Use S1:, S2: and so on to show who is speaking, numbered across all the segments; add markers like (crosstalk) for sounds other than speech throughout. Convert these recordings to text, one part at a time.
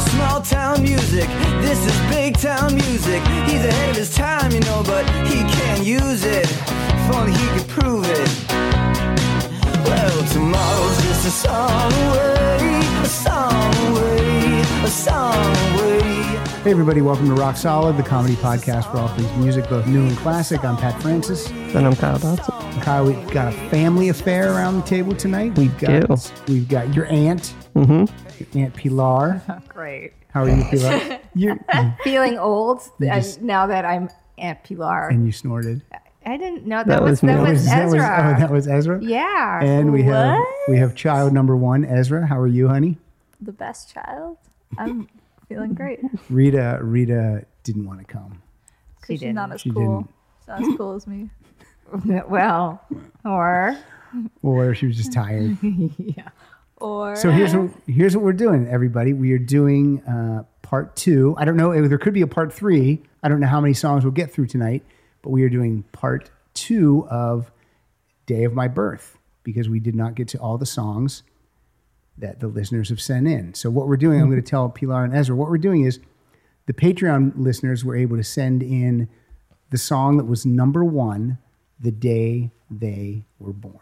S1: small town music. This is big town music. He's ahead of his time, you know, but he can't use it. If only he could prove it. Well, tomorrow's just a song away, a song away, a song away.
S2: Hey, everybody, welcome to Rock Solid, the comedy podcast for all things music, both new and classic. I'm Pat Francis.
S3: And I'm Kyle Dotson.
S2: And Kyle, we've got a family affair around the table tonight. We've got,
S3: do.
S2: We've got your aunt, your Aunt Pilar.
S4: Great.
S2: How are you,
S4: (laughs)
S2: Pilar? you
S4: Feeling old
S2: You
S4: uh,
S2: just-
S4: now that I'm Aunt Pilar.
S2: and you snorted.
S4: I didn't know that,
S3: That
S4: was,
S3: was
S4: that
S3: me.
S4: was
S2: that was,
S4: Ezra.
S2: oh, that was Ezra?
S4: yeah.
S2: And we have
S4: What?
S2: we have child number one, Ezra. How are you, honey?
S4: the best child. I'm (laughs) feeling great.
S2: Rita Rita didn't want to come.
S4: She
S5: She's not
S4: didn't.
S5: as
S2: She
S5: cool.
S2: didn't.
S5: She's not as cool as me.
S4: (laughs) well, or
S2: Or she was just tired.
S5: Or
S2: So here's what, here's what we're doing, everybody. We are doing uh, part two. I don't know. There could be a part three. I don't know how many songs we'll get through tonight, but we are doing part two of "Day of My Birth" because we did not get to all the songs that the listeners have sent in. So what we're doing, I'm going to tell Pilar and Ezra. What we're doing is the Patreon listeners were able to send in the song that was number one the day they were born.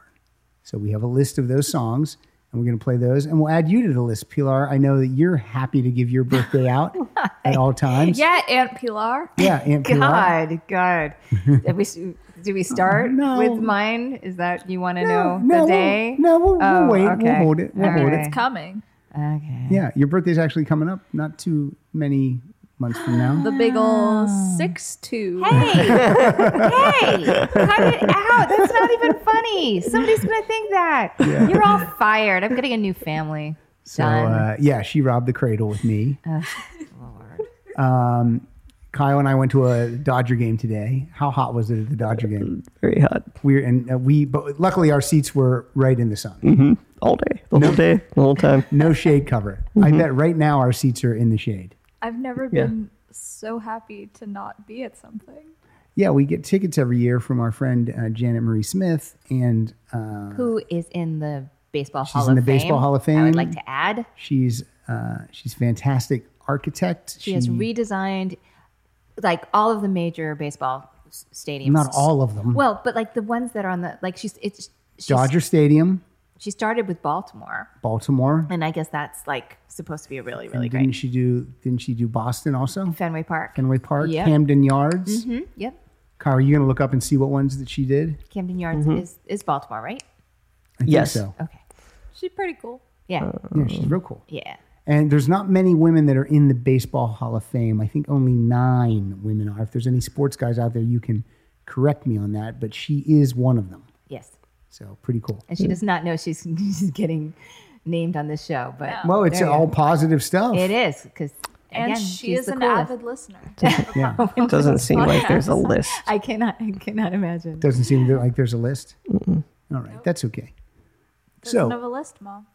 S2: So we have a list of those songs, and we're going to play those, and we'll add you to the list, Pilar. I know that you're happy to give your
S4: (laughs)
S2: birthday out at all times.
S5: yeah, Aunt Pilar.
S2: yeah, Aunt Pilar.
S4: God,
S2: (laughs)
S4: God. Did we, do we start
S2: No.
S4: with mine? Is that you want to know
S2: no,
S4: the
S2: we'll-
S4: day?
S2: no, we'll, we'll
S4: Oh,
S2: wait. We'll
S4: okay.
S2: hold it. We'll
S4: All
S2: hold
S4: right.
S2: it.
S5: Coming.
S4: Okay.
S2: Yeah, your birthday's actually coming up not too many months from now.
S5: The big ol' six two.
S4: Ah. Hey, hey, cut it
S2: (laughs)
S4: out. That's not even funny. Somebody's going to think that. You're all fired. I'm getting a new family.
S2: So uh, yeah, she robbed the cradle with me.
S4: Uh, (laughs)
S2: Um, Kyle and I went to a Dodger game today. How hot was it at the Dodger game?
S3: Very hot.
S2: We were, and uh, we, but luckily our seats were right in the sun,
S3: All day. The whole day. The whole time.
S4: (laughs)
S2: no shade cover. I
S4: Mm-hmm.
S2: bet right now our seats are in the shade.
S5: I've never
S3: Yeah.
S5: been so happy to not be at something.
S2: Yeah, we get tickets every year from our friend uh, Janet Marie Smith, and uh,
S4: Who is in the Baseball Hall
S2: in
S4: of
S2: the
S4: Fame?
S2: Baseball Hall of
S4: I
S2: Fame.
S4: would like to add,
S2: she's uh, she's fantastic architect.
S4: she has redesigned like all of the major baseball s- stadiums.
S2: not all of them.
S4: Well, but like the ones that are on the like she's it's she's,
S2: Dodger Stadium,
S4: She started with Baltimore,
S2: Baltimore.
S4: and I guess that's like supposed to be a really really
S2: And didn't
S4: great
S2: she do? Didn't she do Boston also?
S4: Fenway Park.
S2: Fenway Park,
S4: Yeah.
S2: Camden Yards.
S4: Hmm? Yep,
S2: Kyle, are you going to look up and see what ones that she did?
S4: Camden Yards
S2: Mm-hmm.
S4: is is Baltimore, right?
S2: I think
S3: Yes.
S2: so.
S4: Okay,
S5: She's pretty cool.
S4: yeah,
S2: Yeah, she's real cool.
S4: yeah.
S2: And there's not many women that are in the Baseball Hall of Fame. I think only nine women are. If there's any sports guys out there, you can correct me on that, but she is one of them.
S4: Yes.
S2: So pretty cool.
S4: And she does not know she's, (laughs) she's getting named on this show, but
S2: Well, it's
S4: Oh, There you
S2: all positive stuff.
S4: it is because
S5: And
S4: again,
S5: she
S4: she's
S5: is
S4: the
S5: an
S4: coolest.
S5: avid listener.
S2: Yeah.
S4: (laughs)
S3: It (laughs) doesn't seem like there's a list.
S4: I cannot I cannot imagine.
S2: Doesn't seem that- like there's a list. All right. That's okay.
S5: Doesn't
S2: So-
S5: have a list, Mom.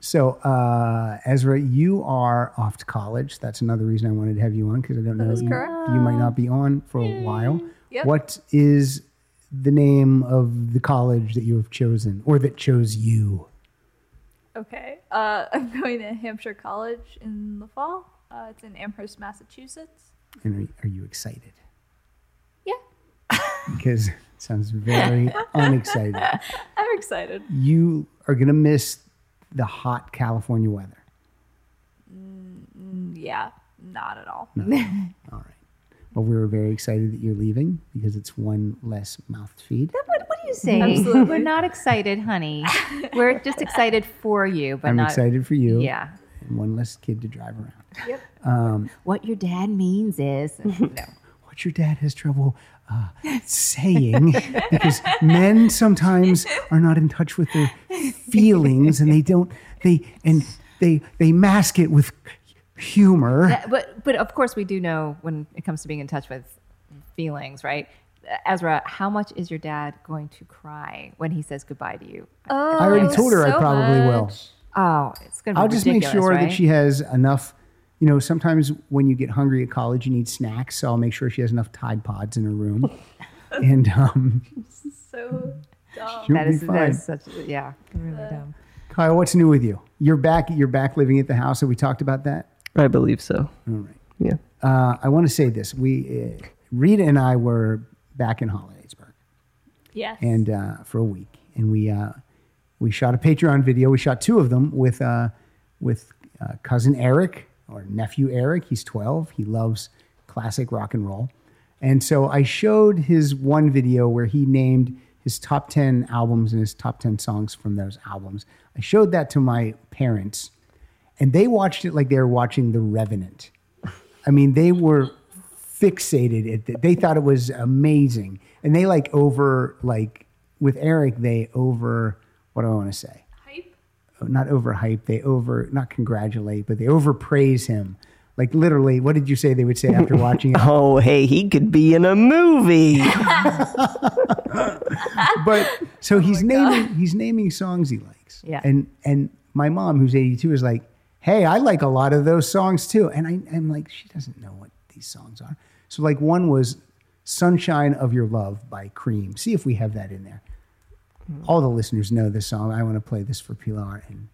S2: So, uh, Ezra, you are off to college. That's another reason I wanted to have you on because I don't know
S5: is
S2: you,
S5: correct.
S2: you might not be on for a while.
S5: Yep.
S2: What is the name of the college that you have chosen or that chose you?
S5: Okay. Uh, (laughs) I'm going to Hampshire College in the fall. Uh, it's in Amherst, Massachusetts.
S2: And are, are you excited?
S5: Yeah,
S2: (laughs)
S5: (laughs)
S2: Because it sounds very unexcited.
S5: I'm excited.
S2: Hmm. You are going to miss the hot California weather.
S5: Yeah, not at all.
S2: All right. Well, we were very excited that you're leaving because it's one less mouth to feed.
S4: What, what do you say?
S5: Absolutely.
S4: We're not excited, honey. We're just excited for you, but
S2: I'm
S4: not
S2: excited for you.
S4: Yeah.
S2: And one less kid to drive around.
S4: What your dad
S5: (laughs)
S4: means is no.
S2: what your dad has trouble uh,
S4: (laughs)
S2: saying because men sometimes are not in touch with their feelings and they don't they and they they mask it with humor
S4: Uh, But but of course we do know when it comes to being in touch with feelings, right? Uh, Ezra, how much is your dad going to cry when he says goodbye to you?
S5: Oh,
S2: i already told her i probably will
S4: Oh, it's gonna be
S2: i'll just make
S4: ridiculous,
S2: sure
S4: right?
S2: that she has enough you know sometimes when you get hungry at college you need snacks so i'll make sure she has enough tide pods in
S4: (laughs)
S2: her room and um
S5: So dumb.
S2: she'll
S4: that
S2: be
S4: is, that
S2: fine
S5: Uh,
S4: is such yeah, really dumb.
S2: Kyle, what's new with you? You're back. You're back living at the house. Have we talked about that?
S3: I believe so. All
S2: right.
S3: Yeah.
S2: Uh, I want to say this. We, uh, Rita and I were back in Hollidaysburg
S5: Yes.
S2: and uh, for a week, and we uh, we shot a Patreon video. We shot two of them with uh, with uh, cousin Eric or nephew Eric. He's twelve. He loves classic rock and roll, and so I showed his one video where he named his top ten albums and his top ten songs from those albums. I showed that to my parents, and they watched it like they were watching The Revenant. I mean, they were fixated at it. They thought it was amazing, and they like over like with Eric, they over what do I want to say? Oh,
S5: Hype.
S2: Not overhype. They over not congratulate, but they overpraise him. Like literally, what did you say they would say after watching it?
S3: Oh, hey, he could be in a movie.
S2: But so he's naming he's naming songs he likes.
S4: Yeah.
S2: And and my mom, who's eighty two, is like, hey, I like a lot of those songs too. And I, I'm like, she doesn't know what these songs are. So like one was "Sunshine of Your Love" by Cream. See if we have that in there. All the listeners know this song. I want to play this for Pilar and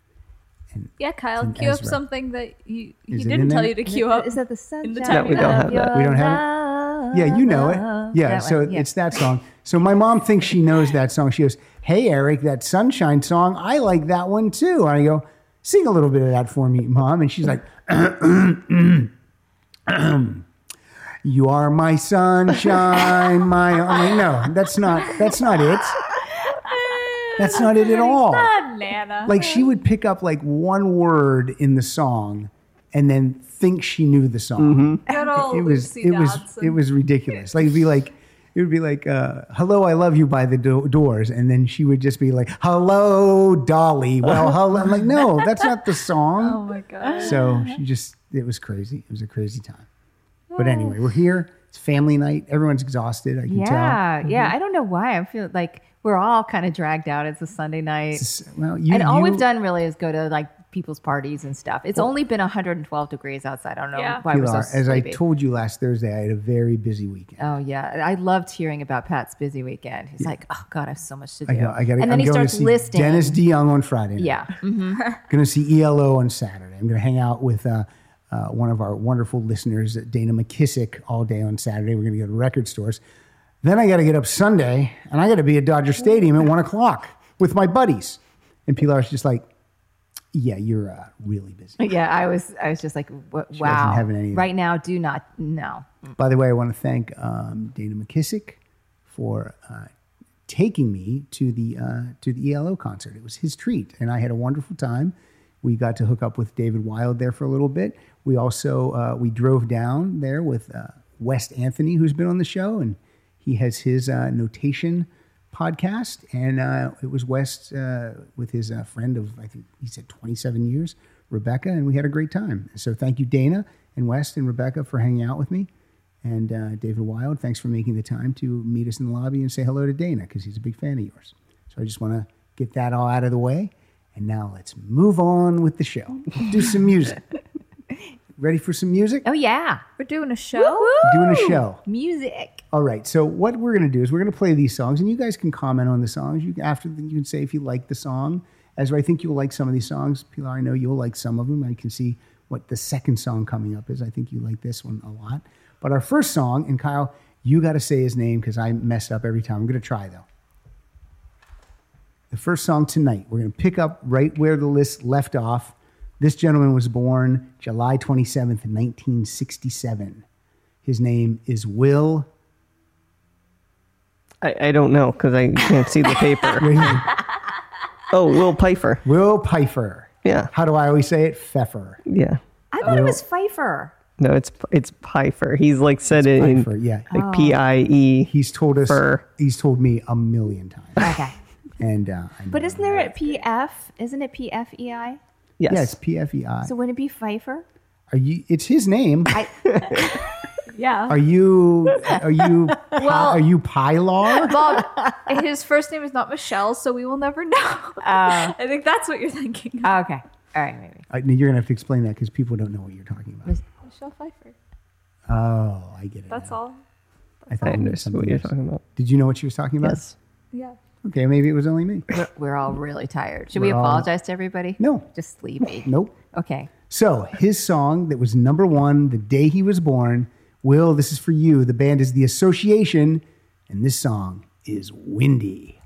S5: Yeah, Kyle,
S2: an
S5: queue up
S2: Ezra.
S5: something that you he
S2: Is it in
S5: didn't tell
S2: there?
S5: you to queue up.
S4: Is that the
S5: oh, In the time
S4: sunshine?
S3: No, we don't have that.
S2: We don't have it?
S4: it.
S2: Yeah, you know it. Yeah, so it's Uh-huh. that song. So my mom thinks she knows that song. She goes, "Hey, Eric, that Sunshine song. I like that one too." And I go, "Sing a little bit of that for me, mom." And she's like, (clears throat) "You are my sunshine, (laughs) my." I'm like, "No, that's not. That's not it. That's not it at all."
S5: Banana.
S2: Like she would pick up like one word in the song, and then think she knew the song
S5: Good old
S2: it was
S5: Lucy
S2: it was
S5: Dodson.
S2: it was ridiculous. Like it'd be like it would be like uh, "Hello, I love you" by the do- Doors, and then she would just be like "Hello, Dolly."
S4: (laughs)
S2: Well, hello. I'm like, no, that's not the
S5: Oh
S2: song.
S5: my gosh.
S2: So she just it was crazy. It was a crazy time.
S4: Oh.
S2: But anyway, we're here. It's family night. Everyone's exhausted. I can tell. Mm-hmm.
S4: Yeah, yeah. I don't know why. I feel like we're all kind of dragged out. It's a Sunday night.
S2: It's- Well, you,
S4: and all
S2: you-
S4: we've done really is go to like people's parties and stuff. It's only been 112 degrees outside. I don't know
S5: Yeah.
S4: why we're so
S2: Pilar, as I
S4: sleepy.
S2: told you last Thursday, I had a very busy weekend.
S4: Oh yeah, I loved hearing about Pat's busy weekend. He's like, oh god, I have so much to do.
S2: I, got, I gotta,
S4: and then
S2: I'm
S4: he
S2: going
S4: starts
S2: to see
S4: listing.
S2: Dennis DeYoung on Friday. night.
S4: yeah, (laughs) Mhm.
S2: Going to see ELO on Saturday. I'm going to hang out with uh, uh, one of our wonderful listeners, Dana McKissick, all day on Saturday. We're going to go to record stores. Then I got to get up Sunday and I got to be at Dodger Stadium at one o'clock with my buddies. And Pilar's just like, yeah, you're uh, really busy.
S4: yeah. I was, I was just like, w- wow.
S2: have any-
S4: Right now, do not. No,
S2: By the way, I want to thank um, Dana McKissick for uh, taking me to the uh, to the ELO concert. It was his treat, and I had a wonderful time. We got to hook up with David Wild there for a little bit. We also uh, we drove down there with uh, West Anthony, who's been on the show, and he has his uh, notation podcast. And uh, it was West uh, with his uh, friend of I think he said 27 years, Rebecca, and we had a great time. So thank you, Dana and West and Rebecca, for hanging out with me. And uh, David Wild, thanks for making the time to meet us in the lobby and say hello to Dana because he's a big fan of yours. So I just want to get that all out of the way. And now let's move on with the show. Do some music. Ready for some music?
S4: oh yeah,
S5: We're doing a show.
S2: Doing a show.
S4: music.
S2: All right. So what we're going to do is we're going to play these songs, and you guys can comment on the songs. You after the, you can say if you like the song. Ezra, I think you'll like some of these songs. Pilar, I know you'll like some of them. I can see what the second song coming up is. I think you like this one a lot. But our first song, and Kyle, you got to say his name because I mess up every time. I'm going to try though. The first song tonight, we're going to pick up right where the list left off. This gentleman was born July 27th, 1967. His name is Will
S3: I, I don't know because I can't see
S2: (laughs)
S3: the paper. oh, Will Pfeiffer.
S2: Will Pfeiffer.
S3: Yeah.
S2: How do I always say it? Pfeffer.
S3: Yeah.
S4: I thought it was Pfeiffer.
S3: No, it's it's Pfeiffer. He's like said it in
S2: Pfeiffer. Yeah.
S3: like P I E.
S2: He's told us.
S3: Fur.
S2: He's told me a million times.
S3: (laughs)
S4: Okay,
S2: And uh, I know.
S4: but isn't there a PF? Isn't it PFEI?
S3: Yes.
S2: yeah, it's P F E I.
S4: So wouldn't it be Pfeiffer?
S2: Are you? It's his name.
S5: Yeah.
S2: Are you? Are you? Pi- are you Pilar?
S5: Bob, his first name is not Michelle, so we will never know.
S4: Oh.
S5: (laughs) I think that's what you're thinking. of.
S4: Okay, all right, maybe.
S2: I, you're gonna have to explain that because people don't know what you're talking about.
S5: Michelle Pfeiffer.
S2: Oh, I get it.
S5: That's
S2: now.
S5: all.
S2: I
S3: I
S2: thought you meant
S3: understand
S2: something
S3: what you're
S2: else.
S3: talking about.
S2: Did you know what she was talking about?
S3: Yes.
S5: Yeah.
S2: Okay, maybe it was only me.
S4: We're, we're all really tired. Should we
S2: We're all-
S4: apologize to everybody?
S2: No.
S4: Just sleepy.
S2: Nope.
S4: Okay.
S2: So his song that was number one the day he was born. Will, this is for you. The band is The Association, and this song is Windy.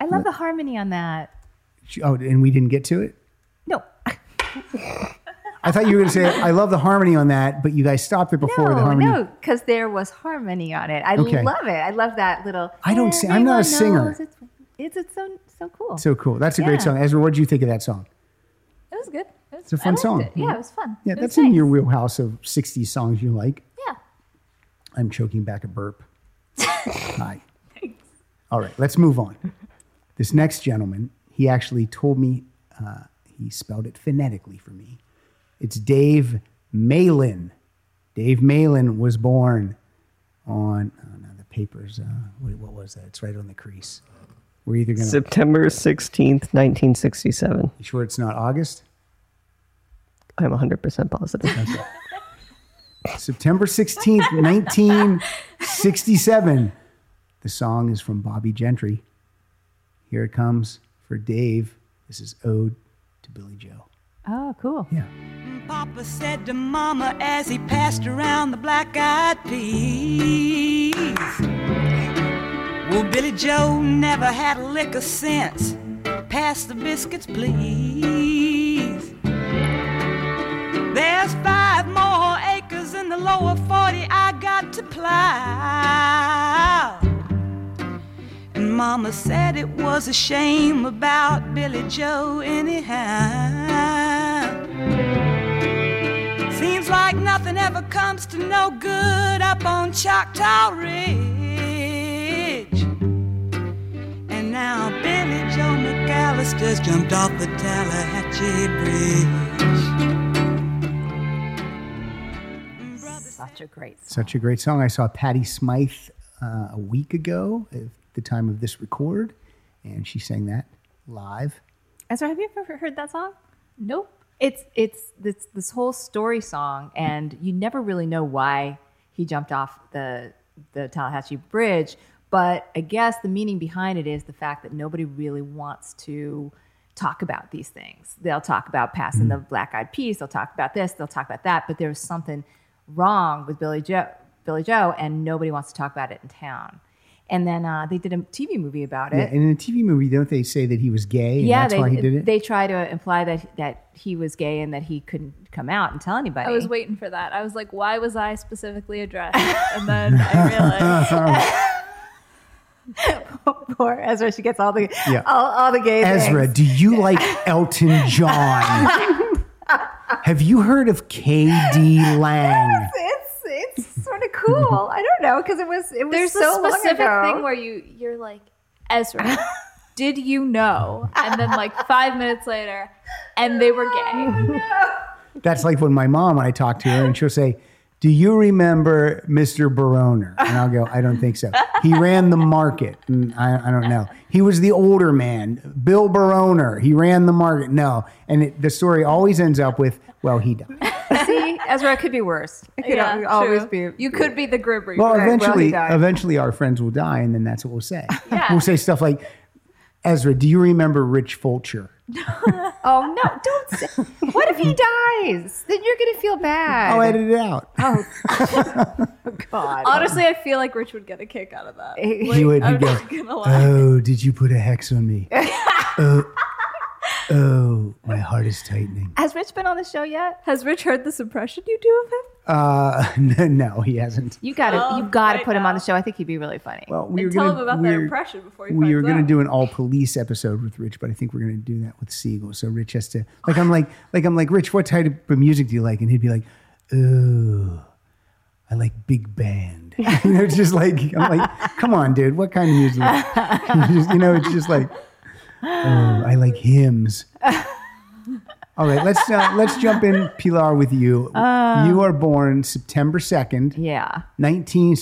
S4: I love the harmony on that.
S2: Oh, and we didn't get to it?
S4: No. (laughs)
S2: I thought you were going to say, I love the harmony on that, but you guys stopped it before the
S4: no,
S2: harmony.
S4: no, because there was harmony on it. I
S2: Okay.
S4: love it. I love that little.
S2: I don't sing- I'm not a
S4: "Everyone
S2: singer."
S4: knows It's, it's, it's so so cool.
S2: So cool. That's a
S4: Yeah.
S2: great song. Ezra, what did you think of that song?
S5: It was good. It was,
S2: It's a fun
S5: I liked
S2: song.
S5: it. Yeah, it was fun.
S2: Yeah,
S5: It was
S2: that's in
S5: nice.
S2: your wheelhouse of 60 songs you like.
S5: Yeah.
S2: I'm choking back a burp. Hi. All right, let's move on. This next gentleman, he actually told me, uh, he spelled it phonetically for me. It's Dave Malin. Dave Malin was born on, oh no, the paper's, uh, what, what was that? It's right on the crease. We're either going to,
S3: September 16th, 1967.
S2: you sure it's not August?
S3: I'm 100% positive.
S2: September 16th, 1967. The song is from Bobby Gentry. Here it comes for Dave. This is Ode to Billy Joe.
S4: Oh, cool.
S2: Yeah.
S6: Papa said to Mama as he passed around the black eyed peas. Well, Billy Joe never had a lick of sense. Pass the biscuits, please. There's five more acres in the lower 40 I got to plow. And Mama said it was a shame about Billy Joe, anyhow. Seems like nothing ever comes to no good up on Choctaw Ridge. And now Billy Joe McAllister's jumped off the Tallahatchie Bridge.
S4: Such a great song.
S2: Such a great song. I saw Patti Smythe uh, a week ago at the time of this record, and she sang that live.
S4: Ezra, have you ever heard that song?
S5: Nope.
S4: It's it's this this whole story song, and you never really know why he jumped off the the Tallahatchie Bridge. But I guess the meaning behind it is the fact that nobody really wants to talk about these things. They'll talk about passing the black eyed peas. They'll talk about this. They'll talk about that. But there's something wrong with Billy Joe, Billy Joe, and nobody wants to talk about it in town. And then uh, they did a TV movie about it.
S2: Yeah, and in a TV movie, don't they say that he was gay? And
S4: Yeah,
S2: that's
S4: they,
S2: why he did it.
S4: they try to imply that that he was gay and that he couldn't come out and tell anybody.
S5: I was waiting for that. I was like, why was I specifically addressed?
S4: (laughs)
S5: And then I realized
S4: (laughs) Poor Ezra, she gets all the
S2: Yeah.
S4: all, all the gay
S2: Ezra,
S4: things.
S2: do
S4: (laughs)
S2: you like Elton John? Have you heard of KD Lang?
S4: It's it's sort of
S2: (laughs)
S4: cool. I don't know because it was it was
S5: there's
S4: so
S5: a specific
S4: long ago.
S5: thing where you you're like, Ezra,
S4: (laughs)
S5: did you know? And then like five minutes later, and they were
S4: (laughs)
S5: gay.
S2: That's like when my mom, when I talk to her, and she'll say, Do you remember Mr. Baroner? And I'll go, I don't think so. He ran the market. And I, I don't know. He was the older man, Bill Baroner. He ran the market. No. And it, the story always ends up with, Well, he died.
S4: (laughs) See, Ezra, it could be worse. It could
S5: Yeah,
S4: al- always
S5: true.
S4: be.
S5: You could be the Grim Reaper.
S2: Well,
S4: well, he
S2: eventually,
S4: died.
S2: eventually our friends will die, and then that's what we'll say.
S5: Yeah.
S2: We'll say stuff like, Ezra, do you remember Rich Fulcher?
S4: Oh no! Don't. Say, what if (laughs) he dies? Then you're gonna feel bad.
S2: I'll "Oh, edit it out.
S4: God.
S5: Honestly, I feel like Rich would get a kick out of that.
S4: He
S5: Like,
S2: would, he'd
S5: I'm
S2: go,
S5: not gonna lie.
S2: Oh, did you put a hex
S5: (laughs)
S2: on me? oh, oh, my heart is tightening.
S4: Has Rich been on the show yet?
S5: Has Rich heard this impression you do of him?
S2: Uh, (laughs) no, no, he hasn't.
S4: You gotta,
S5: Oh,
S4: you gotta
S5: right
S4: put him on
S5: now.
S4: the show. I think he'd be really funny.
S2: Well, Uh, we
S5: and
S2: were
S5: tell
S2: gonna,
S5: him about
S2: we
S5: that
S2: were-
S5: impression before he
S2: We
S5: finds
S2: were going to
S5: out.
S2: do an all police episode with Rich, but I think we're going to do that with Siegel. So Rich has to like I'm like (laughs) like I'm like Rich, what type of music do you like? And he'd be like, "Oh, I like big band." (laughs) you know, it's just like I'm like, "Come on, dude, what kind of music?" (laughs) you know, it's just like, "Oh, I like hymns." (laughs) All right, let's uh, let's jump in, Pilar, with you.
S5: Oh.
S2: you are born September second,
S4: Yeah.
S2: nineteen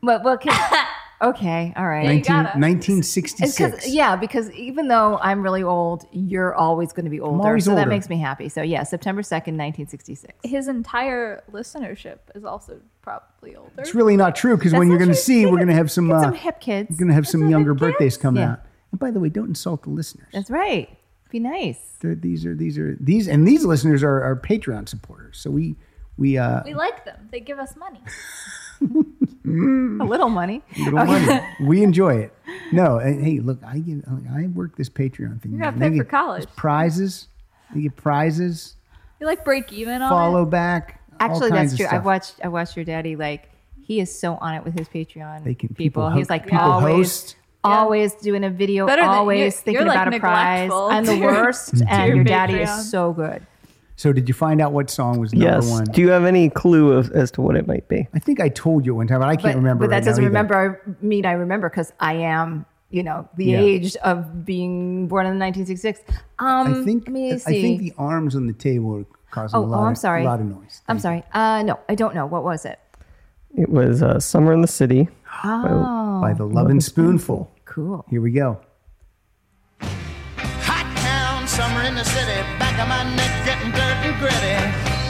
S4: But well, (laughs) 'cause- okay, all right.
S2: 19
S5: gotta.
S2: 1966.
S4: Because yeah, because even though I'm really old, you're always going to be older,
S2: always
S4: so that
S2: older.
S4: makes me happy. So yeah, September second, nineteen sixty six.
S5: His entire listenership is also probably older.
S2: It's really not true because when
S4: That's
S2: you're
S4: not
S2: going to
S4: true.
S2: see,
S4: Get
S2: we're going to
S4: it-
S2: have some
S4: Get
S2: uh,
S4: some hip kids.
S2: going to have some younger
S5: what I
S2: birthdays coming
S4: Yeah.
S2: out. And by the way, don't insult the listeners.
S4: That's right. Be nice.
S2: They're- these are these are these and these listeners are our Patreon supporters. So we we uh
S5: We like them. They give us money.
S4: A
S2: Mm.
S4: little money.
S2: little money. we enjoy it. No, and hey, look, I give I work this Patreon thing.
S5: You're gonna
S2: And
S5: pay
S2: they
S5: for
S2: get
S5: college.
S2: prizes. They get prizes.
S5: We like break even on
S2: Follow back. all
S4: Oh, Actually, that's
S2: kinds of
S4: true. I
S2: stuff.
S4: watched. I watched your daddy. Like he is so on it with his Patreon.
S2: They can
S4: people.
S2: people
S4: He's
S2: ho-
S4: like
S2: people
S4: always.
S2: host.
S4: Always doing a video,
S5: Better than-
S4: always
S5: you're-
S4: thinking
S5: you're, like,
S4: about a prize.
S5: neglectful
S4: I'm the
S5: to your-
S4: worst,
S2: (laughs)
S4: and
S5: your
S4: your daddy
S5: Patreon.
S4: is so good.
S2: So did you find out what song was number
S3: yes.
S2: one?
S3: Do you have any clue of, as to what it might be?
S2: I think I told you one time, but I can't
S4: but,
S2: remember.
S4: but that
S2: right now
S4: doesn't
S2: either.
S4: remember I mean I remember because I am you know the
S2: Yeah.
S4: age of being born in 1966. Um,
S2: I think
S4: let me
S2: I
S4: see.
S2: think the arms on the table are causing
S4: oh,
S2: a
S4: oh,
S2: lot.
S4: I'm
S2: of-
S4: sorry.
S2: A lot of noise.
S4: I'm sorry. Uh, no, I don't know. What was it?
S3: It was uh, Summer in the City.
S2: By the Love and Spoonful.
S4: Oh, Cool.
S2: Here we go.
S7: Hot town, summer in the city, back of my neck getting dirt and gritty.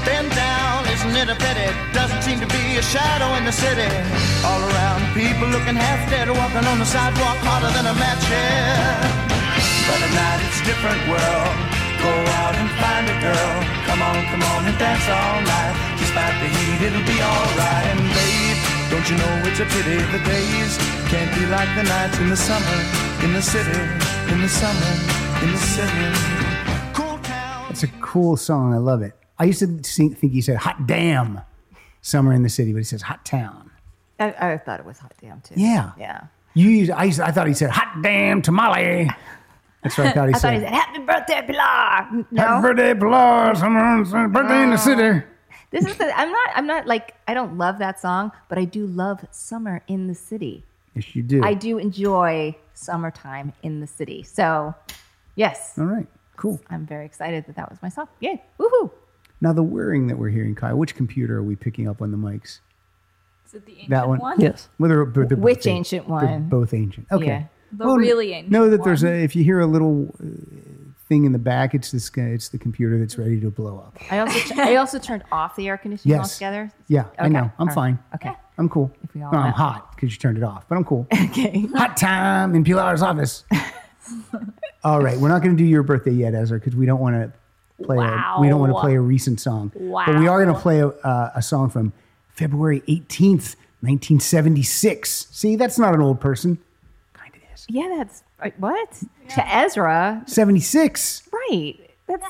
S7: Bend down, isn't it a pity? Doesn't seem to be a shadow in the city. All around, people looking half dead, walking on the sidewalk harder than a match here. But at night it's a different world. Go out and find a girl. Come on, come on and dance all night. Despite the heat, it'll be alright. And babe, don't you know it's a pity the days can't be like the nights in the summer, in the city, in the summer, in the city. Cool town.
S2: It's a cool song. I love it. I used to sing, think he said "hot damn" somewhere in the city, but he says "hot town."
S4: I, I thought it was hot damn too.
S2: Yeah.
S4: Yeah.
S2: You, used, I, used, I thought he said "hot damn tamale." That's what I thought
S4: (laughs)
S2: he
S4: I
S2: said.
S4: thought he said happy birthday, Pilar.
S2: Happy
S4: No,
S2: birthday, Pilar, summer, summer, birthday in the city.
S4: Ah. this is the, I'm not. I'm not like I don't love that song, but I do love summer in the city.
S2: Yes, you do.
S4: I do enjoy summertime in the city. So, yes,
S2: All right, cool.
S4: I'm very excited that that was my song. Yay! Woohoo!
S2: Now the whirring that we're hearing, Kyle. Which computer are we picking up on the mics?
S5: Is it the ancient
S2: That one?
S5: one?
S3: Yes.
S2: Whether they're both
S4: Which
S2: an-
S4: ancient
S2: they're
S4: one?
S2: Both ancient. Okay.
S4: Yeah.
S5: The
S2: Well,
S5: really ancient
S2: Know that there's
S5: one.
S2: a. If you hear a little uh, thing in the back, it's this. guy- It's the computer that's ready to blow up.
S4: I also I also turned off the air conditioning
S2: Yes.
S4: altogether.
S2: Yeah, I
S4: Okay.
S2: know. I'm
S4: All right.
S2: fine.
S4: Okay.
S2: I'm cool.
S4: we all
S2: Well, I'm
S4: met.
S2: hot because you turned it off, but
S4: (laughs)
S2: I'm cool. okay. Hot time in Pilar's office. all right, we're not going to do your birthday yet, Ezra, because we don't want to play. A, we don't want to
S5: Wow.
S2: play a recent song. But we are going to play a, uh, a song from February 18th, 1976. See, that's not an old person. Kind of is.
S4: Yeah, that's uh, what to Ezra,
S2: 76.
S4: right? That's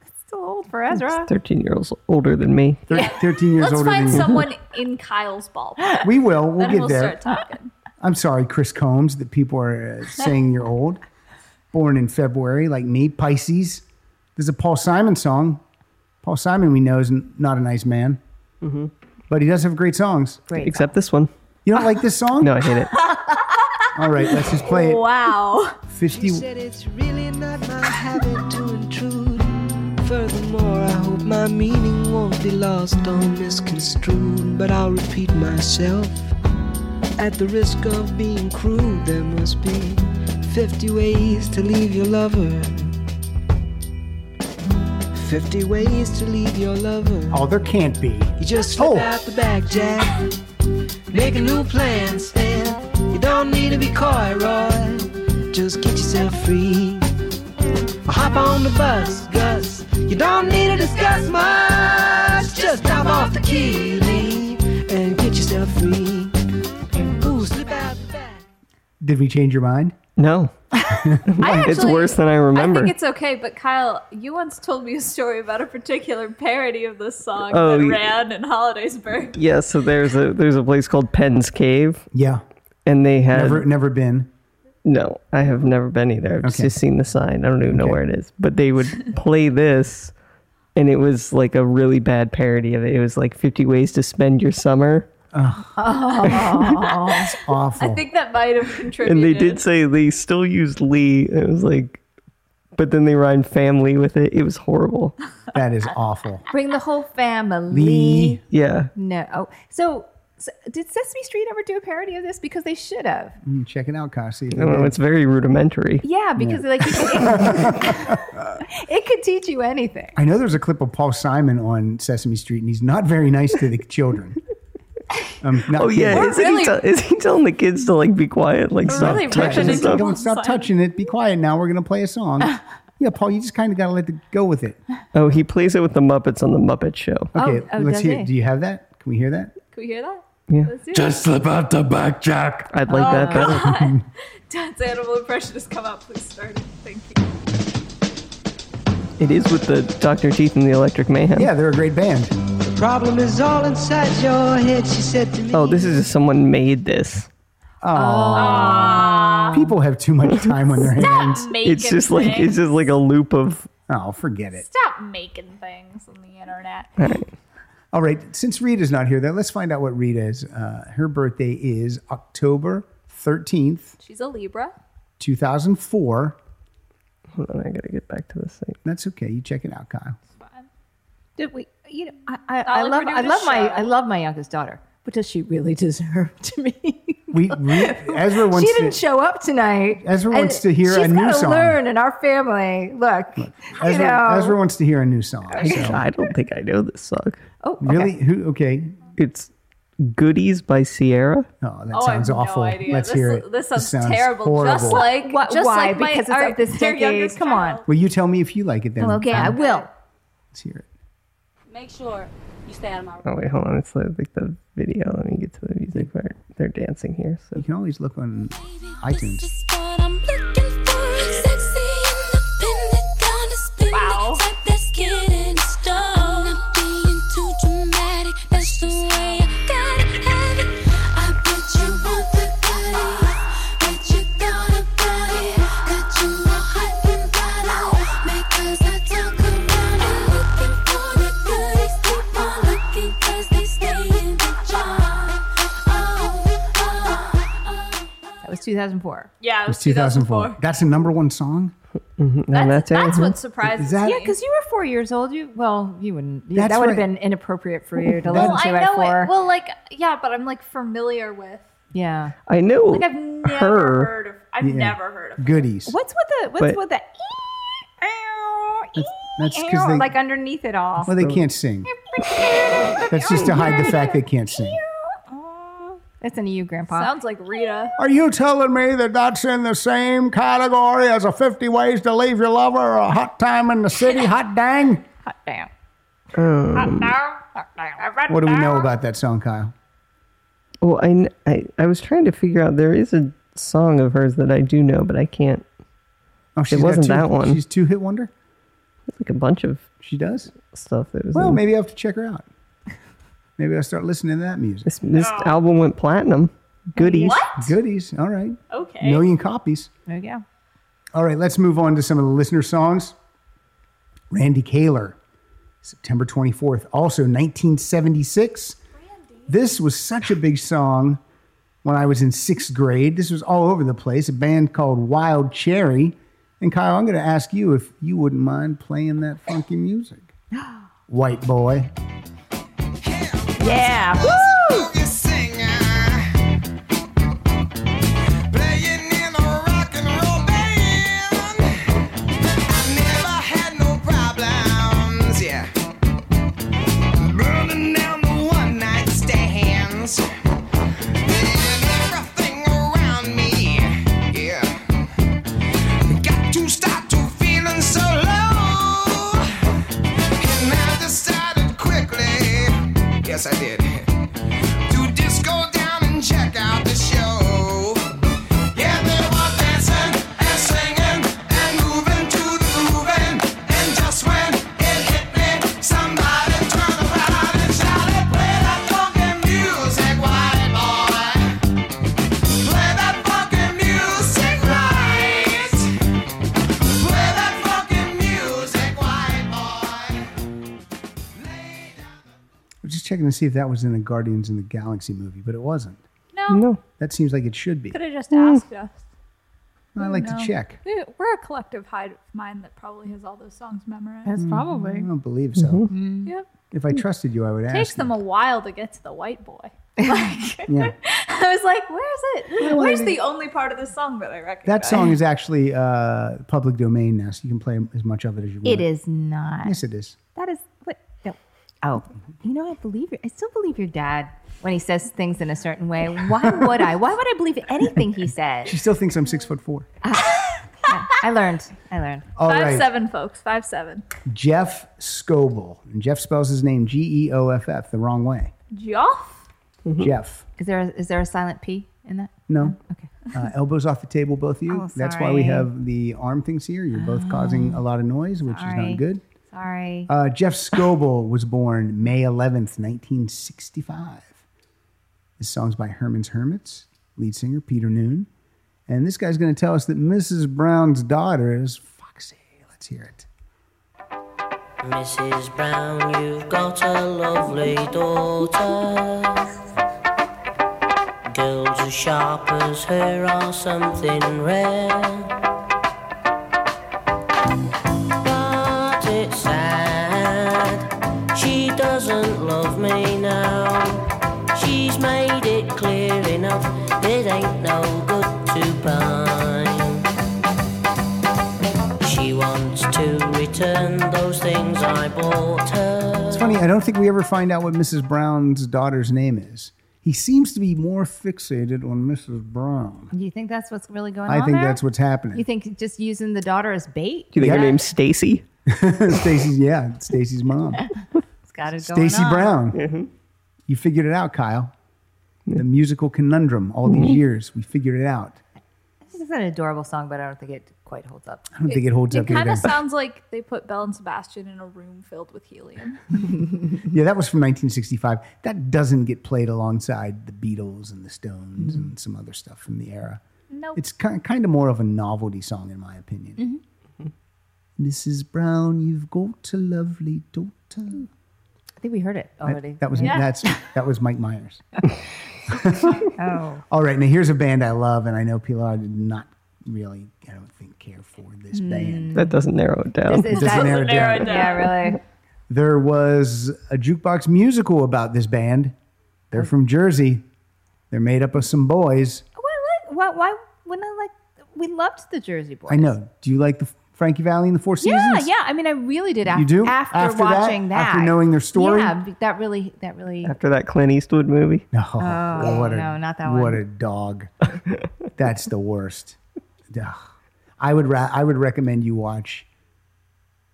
S4: that's still old for Ezra.
S3: 13 years older than me.
S2: Thir- 13 years
S5: Let's
S2: older
S5: find
S2: than you.
S5: someone in Kyle's ballpark.
S2: We will. We'll
S5: Then
S2: get
S5: we'll start
S2: there.
S5: talking.
S2: I'm sorry, Chris Combs, that
S5: (laughs)
S2: people are uh, saying you're old. Born in February, like me, Pisces. There's a Paul Simon song. Paul Simon, we know, is n- not a nice man,
S5: Mm-hmm.
S2: but he does have great songs.
S4: Great.
S3: Except this one.
S2: You don't like this song?
S3: (laughs) No,
S2: (laughs)
S3: I hate it.
S2: All right, let's just play it.
S5: Wow.
S2: 50.
S8: said it's really not my habit to intrude. Furthermore, I hope my meaning won't be lost or misconstrued. But I'll repeat myself. At the risk of being crude, there must be 50 ways to leave your lover. 50 ways to leave your lover.
S2: Oh, there can't be.
S8: You just slip
S2: Oh.
S8: out the back, Jack. Make a new plan, Stan. You don't need to be coy, Roy. Just get yourself free. Or hop on the bus, Gus. You don't need to discuss much. Just drop off the key, Lee, and get yourself free. Ooh, slip out the back.
S2: Did we change your mind?
S3: No.
S5: I actually,
S3: It's worse than I
S5: I
S3: remember.
S5: think it's okay, but Kyle, you once told me a story about a particular parody of this song
S3: Oh,
S5: that
S3: yeah.
S5: ran in Hollidaysburg.
S3: yeah, so there's a there's a place called Penn's Cave
S2: Yeah.
S3: and they had
S2: Never,
S5: (laughs)
S2: never been.
S3: No, I have never been either. I've
S2: Okay.
S3: just seen the sign. I don't even know
S2: Okay.
S3: where it is. But they
S2: (laughs)
S3: would play this, and it was like a really bad parody of it. It was like 50 Ways to Spend Your Summer.
S2: Awful.
S5: I think that might have contributed.
S3: And they did say they still used Lee. It was like, but then they rhymed family with it. It was
S2: (laughs)
S3: horrible.
S2: That is awful.
S4: Bring the whole family.
S2: Lee.
S3: Yeah.
S4: No. Oh, so, so did Sesame Street ever do a parody of this? Because they should have.
S2: Mm, Check it out, Kasi.
S3: I don't know. It's very rudimentary.
S4: Yeah, because like you could- it, (laughs) could teach you anything.
S2: I know there's a clip of Paul Simon on Sesame Street, and he's not very nice to the
S4: (laughs)
S2: children. Um, not
S3: Oh yeah,
S4: We're
S3: isn't
S4: really-
S3: he te- is he telling the kids to like be quiet, like stop
S4: really
S3: touching
S4: ripping
S3: and
S4: into
S3: stuff?
S2: Don't stop touching it. Be quiet now. We're gonna play
S4: (laughs)
S2: a song. yeah, Paul, you just kind of gotta let it go with it.
S3: Oh, he plays it with the Muppets on the Muppet Show.
S2: Okay,
S4: oh,
S2: let's
S4: does
S2: hear.
S4: he?
S2: Do you have that? Can we hear that?
S5: Can we hear that?
S3: Yeah.
S5: Let's do
S9: Just slip out the back, Jack.
S3: I'd like that
S4: Oh,
S3: better.
S5: it. Dad's animal impression has come up. Please start it. Thank you.
S3: It is with the Doctor Teeth and the Electric Mayhem.
S2: Yeah, they're a great band.
S8: Problem is all inside your head, she said to me.
S3: Oh, this is just someone made this.
S2: People have too much time on their
S4: (laughs)
S2: hands.
S5: Making
S3: It's just like it's
S5: things.
S3: just like a loop of.
S2: Oh, forget it.
S5: Stop making things on the internet.
S3: All right.
S2: All right, since Rita's not here, then let's find out what Rita's. Uh, her birthday is October thirteenth,
S5: She's a Libra.
S2: two thousand four.
S3: Hold on, I gotta get back to this thing.
S2: That's okay. You check it out, Kyle.
S4: Did we? You know, I, I,
S5: Not
S4: I
S5: like
S4: love
S5: we're doing
S4: I
S5: a
S4: love my
S5: show.
S4: I love my youngest daughter, but does she really deserve to me?
S2: We,
S4: (laughs)
S2: we Ezra wants
S4: she didn't
S2: to,
S4: show up tonight.
S2: Ezra
S4: and
S2: wants to hear
S4: she's
S2: a new
S4: gotta
S2: song.
S4: learn in our family. Look, you
S2: Ezra,
S4: know.
S2: Ezra wants to hear a new song. So.
S3: I don't think I know this song.
S4: oh, okay.
S2: Really? Who? Okay.
S3: It's Goodies by Sierra.
S2: Oh, that
S5: Oh,
S2: sounds
S5: I have
S2: awful.
S5: no idea.
S2: Let's
S5: this,
S2: hear it.
S5: This sounds,
S2: sounds
S5: terrible. Just
S2: horrible.
S5: like
S4: Why-
S5: just
S4: why?
S5: like my
S4: Because it's
S5: our,
S4: of this
S5: their
S4: decade.
S5: youngest
S4: Come on.
S5: child.
S2: Will you tell me if you like it then?
S4: Okay, I
S2: Um,
S4: will.
S2: Let's hear it.
S10: Make sure you stay out of my
S3: Oh wait, hold on. It's like like the video. Let me get to the music part. They're dancing here. So
S2: You can always look on iTunes.
S10: Wow.
S11: Oh,
S4: That was 2004.
S5: Yeah, it was
S2: It's 2004. That's the number one song?
S3: no,
S5: That's,
S3: that's, it.
S5: that's what surprises
S2: Is that-
S5: me.
S4: Yeah, because you were four years old. You well, you wouldn't. you-
S2: That's
S4: that would have
S2: right.
S4: been inappropriate for you to
S5: well,
S4: listen
S5: I
S4: to
S5: know
S4: at four.
S5: it. Well, like yeah, but I'm like familiar with.
S4: yeah.
S3: I know.
S5: Like I've never
S3: her.
S5: heard of. I've
S2: Yeah.
S5: never heard of.
S2: Goodies.
S4: What's with the what's
S3: But-
S4: with the e,
S2: That's because they,
S4: like underneath it all?
S2: well, they can't sing. That's just to hide the fact they can't sing.
S4: That's an EU grandpa.
S5: Sounds like Rita.
S2: Are you telling me that that's in the same category as a 50 ways to leave your lover or a hot time in the city? Hot dang.
S4: Hot damn.
S2: Oh. What do we know about that song, Kyle?
S3: Well, I, kn- I I was trying to figure out. There is a song of hers that I do know, but I can't.
S2: Oh, she's
S3: wasn't
S2: got two,
S3: that one.
S2: She's two hit wonder.
S3: Like a bunch of
S2: She does.
S3: stuff. That was
S2: Well,
S3: in-
S2: maybe I will have to check her out. Maybe I'll start listening to that music.
S3: This, this album went platinum. Goodies.
S2: Goodies. All right.
S5: Okay.
S2: Million copies.
S4: There you go.
S2: All right, let's move on to some of the listener songs. Randy Kaler, September 24th, also 1976. This was such a big song when I was in sixth grade. This was all over the place, a band called Wild Cherry. And Kyle, I'm going to ask you if you wouldn't mind playing that funky music. White boy.
S4: Yeah. Woo!
S12: Stop to feeling so low, and I decided quickly Yes, I did. To just go down and check out the show. Yeah, they were dancing and singing and moving to the grooving. And just when it hit me, somebody turned around and shouted, "Play that funky music, white boy! Play that funky music, right? Play that funky music, white boy!"
S2: I was just checking to see if that was in a Guardians in the Galaxy movie, but it wasn't.
S5: No.
S3: No.
S2: That seems like it should be.
S5: Could have just asked us.
S2: I like to check.
S5: We- We're a collective hide mind that probably has all those songs memorized.
S13: That's
S2: I
S13: probably.
S2: don't believe so.
S5: Yep.
S2: If I trusted you, I would
S5: Takes
S2: ask.
S5: them a while to get to the white boy. (laughs) Like,
S2: Yeah.
S5: I was like, where's it?
S2: wanna
S5: Where's
S2: be-
S5: the only part of this song that I recognize?
S2: That song is actually uh, public domain now, so you can play as much of it as you want.
S4: It is not.
S2: Yes, it is.
S4: That is what. No.
S2: Oh,
S4: You know, I believe. your- I still believe your dad when he says things in a certain way. Why would I? Why would I believe anything he said? (laughs)
S2: she still thinks I'm six foot four.
S4: I learned. I learned.
S2: All
S5: five
S2: right.
S5: seven, folks. Five seven.
S2: Jeff Scoble. And Jeff spells his name G E O F F the wrong way.
S5: Joff.
S2: Jeff.
S4: Is there a, is there a silent P in that?
S2: No. Okay. Uh, elbows off the table, both of you.
S4: Oh,
S2: That's why we
S4: sorry.
S2: have the arm things here. You're both causing a lot of noise, which is
S4: Sorry.
S2: not good.
S4: Sorry.
S2: Uh, Jeff Scoble
S4: (laughs)
S2: was born May 11th, 1965. This song's by Herman's Hermits, lead singer Peter Noon. And this guy's going to tell us that Mrs. Brown's daughter is Foxy. Let's hear it.
S14: Mrs. Brown, you've got a lovely daughter. Girls as sharp as her are something rare. But it's sad, she doesn't love me now. She's made it clear enough, it ain't no good to pine. She wants to return those things I bought her.
S2: It's funny, I don't think we ever find out what Mrs. Brown's daughter's name is. He seems to be more fixated on Mrs. Brown.
S4: Do you think that's what's really going on?
S2: I think
S4: there?
S2: that's what's happening. (laughs)
S4: You think just using the daughter as bait?
S2: Do you think her
S4: Yeah.
S2: name's Stacy? Stacy's, yeah, Stacy's mom.
S4: It's got it going
S2: Stacy
S4: on.
S2: Brown. You figured it out, Kyle. The musical conundrum all
S4: Mm-hmm.
S2: these years. We figured it out.
S4: This is an adorable song, but I don't think it quite holds up.
S2: I don't think it holds
S5: it
S2: up
S5: kind
S2: either.
S5: of sounds like they put Belle and Sebastian in a room filled with helium.
S2: yeah, that was from 1965. That doesn't get played alongside the Beatles and the Stones
S4: Mm-hmm.
S2: and some other stuff from the era.
S5: Nope.
S2: It's kind, kind of more of a novelty song, in my opinion.
S4: Mm-hmm.
S2: Mrs. Brown, you've got a lovely daughter.
S4: I think we heard it already.
S2: That was
S4: Yeah.
S2: that's that was Mike Myers.
S4: Oh.
S2: All right, now here's a band I love, and I know Pilar did not really, I don't think, care for this
S4: Mm.
S2: band.
S3: That doesn't narrow it down.
S2: (laughs) It doesn't narrow it
S4: (laughs)
S2: down.
S4: Yeah, really.
S2: There was a jukebox musical about this band. They're from Jersey. They're made up of some boys.
S4: Why, like, why, why wouldn't I like? We loved the Jersey Boys.
S2: I know. Do you like the Frankie Valley and the Four
S4: Yeah,
S2: Seasons?
S4: yeah. I mean, I really did. After,
S2: do?
S4: after,
S2: After that?
S4: watching that,
S2: After knowing their story?
S4: Yeah, be- that really, that really.
S3: After that Clint Eastwood movie.
S2: No,
S4: Oh,
S2: what a,
S4: no, not that
S2: What
S4: one.
S2: a dog. That's the worst. Ugh. I would ra- I would recommend you watch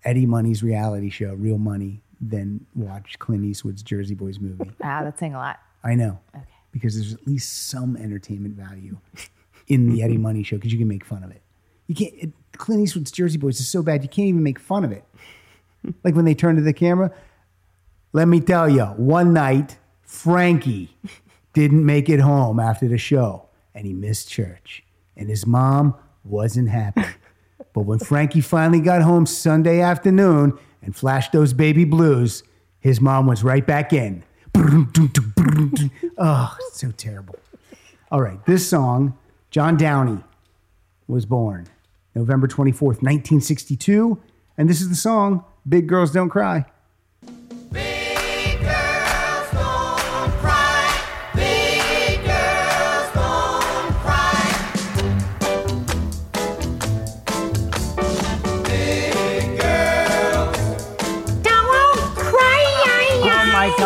S2: Eddie Money's reality show, Real Money, than watch Clint Eastwood's Jersey Boys movie.
S4: Wow, that's saying ah, a
S2: (laughs)
S4: lot.
S2: I know. Because there's at least some entertainment value in the Eddie Money show because you can make fun of it. You can't. It, Clint Eastwood's Jersey Boys is so bad you can't even make fun of it. like when they turn to the camera, let me tell you, one night Frankie didn't make it home after the show and he missed church, and his mom wasn't happy. but when Frankie finally got home Sunday afternoon and flashed those baby blues, his mom was right back in. Oh, it's so terrible. All right, this song, John Downey was born November 24th, 1962. And this is the song, Big Girls Don't Cry.
S14: Don't cry, I
S4: Oh my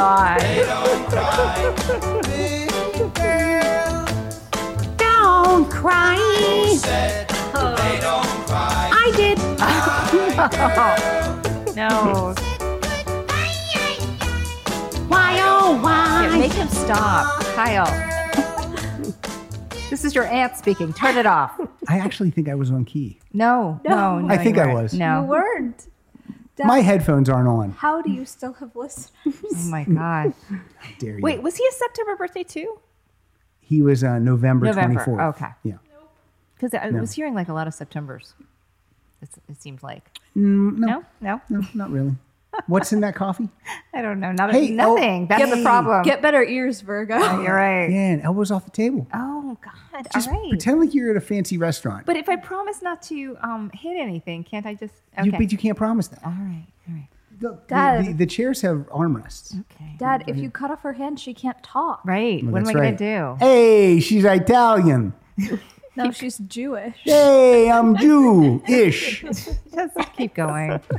S2: (laughs)
S14: God. Don't cry.
S4: Oh.
S14: I did.
S4: (laughs) No.
S14: Why oh why?
S4: Yeah, make him stop,
S2: (laughs)
S4: Kyle. this is your aunt speaking. Turn it off.
S2: I actually think I was on key.
S4: No, no, no
S2: I think
S4: you
S2: I
S4: weren't.
S2: was.
S4: No.
S5: You weren't.
S2: My
S5: Dad,
S2: headphones aren't on.
S5: How do you still have listeners?
S4: Oh my god.
S2: How dare you?
S4: Wait, was he a September birthday too?
S2: He was uh, November,
S4: November,
S2: 24th.
S4: okay.
S2: Yeah.
S4: Because I
S2: No.
S4: was hearing like a lot of Septembers. It's, it seems like.
S2: Mm, no,
S4: No, no, (laughs)
S2: no, not really. What's in that coffee?
S4: I don't know. Not
S2: Hey, oh,
S4: nothing. That's the
S2: hey.
S4: problem.
S5: Get better ears, Virgo.
S4: You're right.
S2: Yeah, and elbows off the table.
S4: Oh God.
S2: Just
S4: All right.
S2: pretend like you're at a fancy restaurant.
S4: but if I promise not to um, hit anything, can't I just? Okay. Oh,
S2: You, but you can't promise that.
S4: All right. All right.
S2: Look, the,
S5: Dad.
S2: the, the chairs have Oh, armrests.
S4: Okay.
S5: (laughs) Dad, if you cut off her hand, she can't talk.
S4: Right.
S2: Well,
S4: Mm-hmm. what am I
S2: that's right.
S4: gonna do?
S2: Hey, she's Italian.
S5: No, she's
S2: (laughs)
S5: Jewish.
S2: Hey, I'm
S4: (laughs)
S2: Jew-ish.
S4: Just keep going.
S2: (laughs)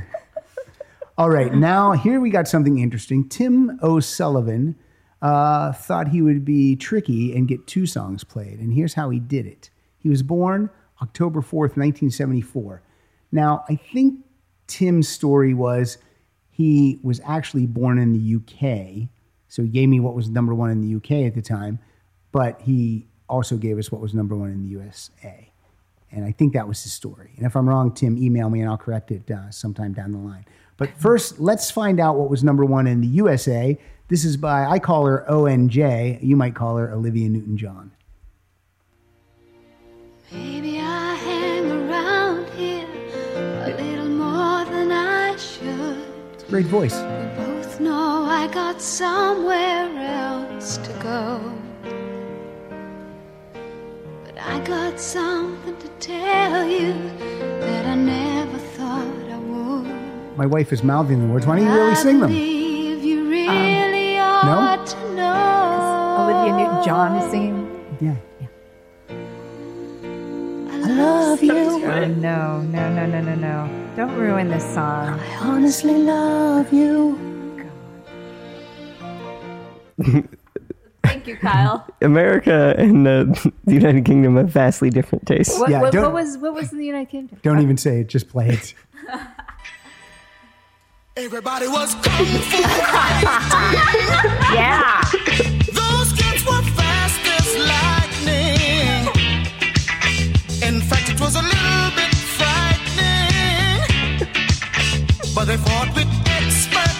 S2: All right, now here we got something interesting. Tim O'Sullivan uh, thought he would be tricky and get two songs played, and here's how he did it. He was born October 4th, 1974. Now, I think Tim's story was he was actually born in the UK, so he gave me what was number one in the UK at the time, but he also gave us what was number one in the USA. And I think that was his story. And if I'm wrong, Tim, email me and I'll correct it uh, sometime down the line. But first, let's find out what was number one in the USA. This is by, I call her ONJ. You might call her Olivia Newton John.
S13: Maybe I hang around here a little more than I should.
S2: Great voice.
S13: Both know I got somewhere else to go. But I got something to tell you that I never thought I would.
S2: My wife is mouthing the words. Why don't you really sing
S13: I
S2: them?
S13: believe you really ought to know.
S4: Um, Olivia Newton-John is singing.
S2: Yeah.
S13: I love you.
S4: Oh, no, no, no, no, no, no! Don't ruin this song.
S13: I honestly love you.
S5: Thank you, Kyle.
S3: America and the, the United Kingdom have vastly different tastes.
S5: What,
S2: Yeah,
S5: what,
S2: don't-
S5: what was what was in the United Kingdom?
S2: Don't even say it, just
S13: (laughs)
S2: play it.
S12: Everybody was kung fu fighting.
S4: Yeah.
S12: Those kids were fast as lightning. In fact, it was a little bit frightening. But they fought with expert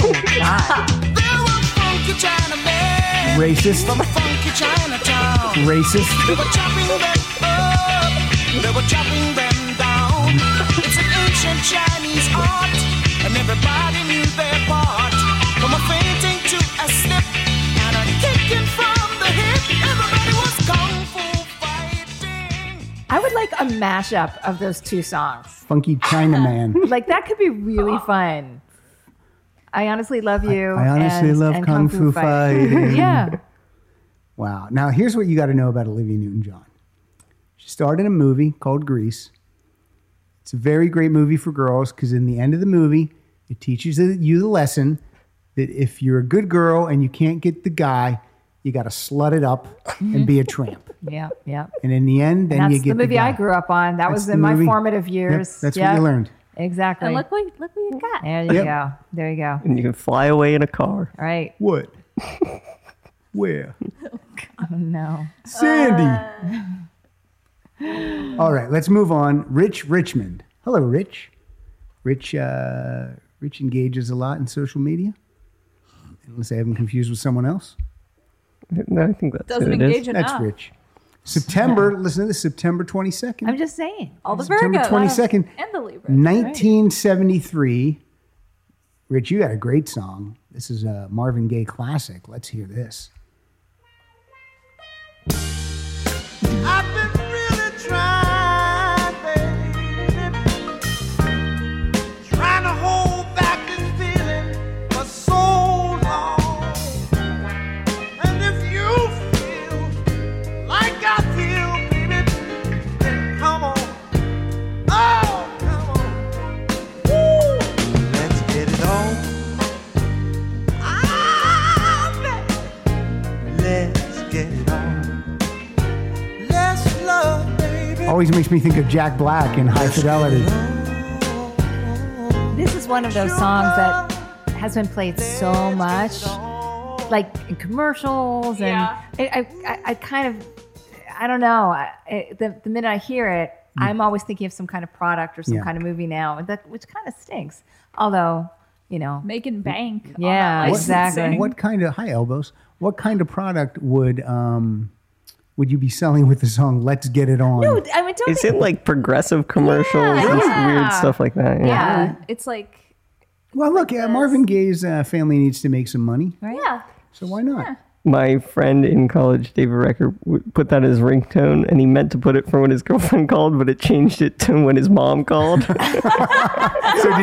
S12: timing. There were funky China men
S2: Racist,
S12: from funky Chinatown. They
S2: racist.
S12: were chopping them up. They were chopping them down. It's an ancient Chinese art, and everybody knew their part. From a fainting to a slip, and a kicking from the hip. Everybody was kung fu fighting.
S4: I would like a mashup of those two songs.
S2: Funky Chinaman.
S4: Like that could be really fun. I honestly love you.
S2: I honestly
S4: and-
S2: love
S4: and
S2: Kung Fu
S4: (laughs)
S2: Fighting.
S4: yeah.
S2: Wow. Now, here's what you got to know about Olivia Newton John. She starred in a movie called Grease. It's a very great movie for girls because, in the end of the movie, it teaches you the lesson that if you're a good girl and you can't get the guy, you got to slut it up and be a tramp.
S4: Yeah. Yeah.
S2: And in the end, then
S4: Mm-hmm. That's
S2: you get
S4: the movie
S2: guy.
S4: I grew up on. That was
S2: That's
S4: in
S2: the
S4: my
S2: movie.
S4: formative
S2: Yep,
S4: years.
S2: that's
S4: Yeah,
S2: what you learned.
S4: Exactly.
S5: And look what look what you got.
S4: there you
S2: Yep.
S4: go. There you go.
S3: And you can fly away in a car.
S4: All right. (laughs)
S2: What? (laughs) Where?
S4: Oh, no.
S2: Sandy. (laughs) All right, let's move on. Rich Richmond. Hello, Rich. Rich. Uh, Rich engages a lot in social media. Unless I have him confused with someone else.
S3: No, I think that's
S5: Doesn't
S3: what it is.
S5: engage enough.
S2: That's Rich. September. (laughs) listen to this. September twenty second.
S4: I'm just saying.
S5: All the
S2: September
S5: Virgos.
S2: twenty second,
S5: And the Libra.
S2: nineteen seventy three. Rich, you got a great song. This is a Marvin Gaye classic. Let's hear this.
S12: I've been really trying, baby. Trying to hold back this feeling for so long. And if you feel like I feel, baby, then come on. Oh, come on. Woo! Let's get it on. Ah, baby. Let's get it on. Let's love, baby.
S2: Always makes me think of Jack Black in High Fidelity.
S4: This is one of those songs that has been played so much, like in commercials, and
S5: Yeah.
S4: I, I- I, I kind of, I don't know. I, it, the, the minute I hear it, I'm always thinking of some kind of product or some
S2: Mm. Yeah.
S4: kind of movie now, and that which kind of stinks. Although, you know,
S5: Making bank. on
S4: Yeah,
S5: that
S4: exactly.
S5: licensing.
S2: What kind of high elbows? What kind of product would um, would you be selling with the song "Let's Get It On"?
S5: No, I mean, don't
S3: It's
S5: think-
S3: in like progressive commercials and
S5: yeah.
S3: weird stuff like that.
S5: Yeah.
S3: Yeah.
S5: It's like,
S2: well, look, uh, Marvin Gaye's uh, family needs to make some money,
S5: yeah.
S2: so why not?
S3: My friend in college, David Recker, w- put that as ringtone, and he meant to put it for when his girlfriend (laughs) called, but it changed it to when his
S2: (laughs)
S3: mom called. (laughs)
S2: so did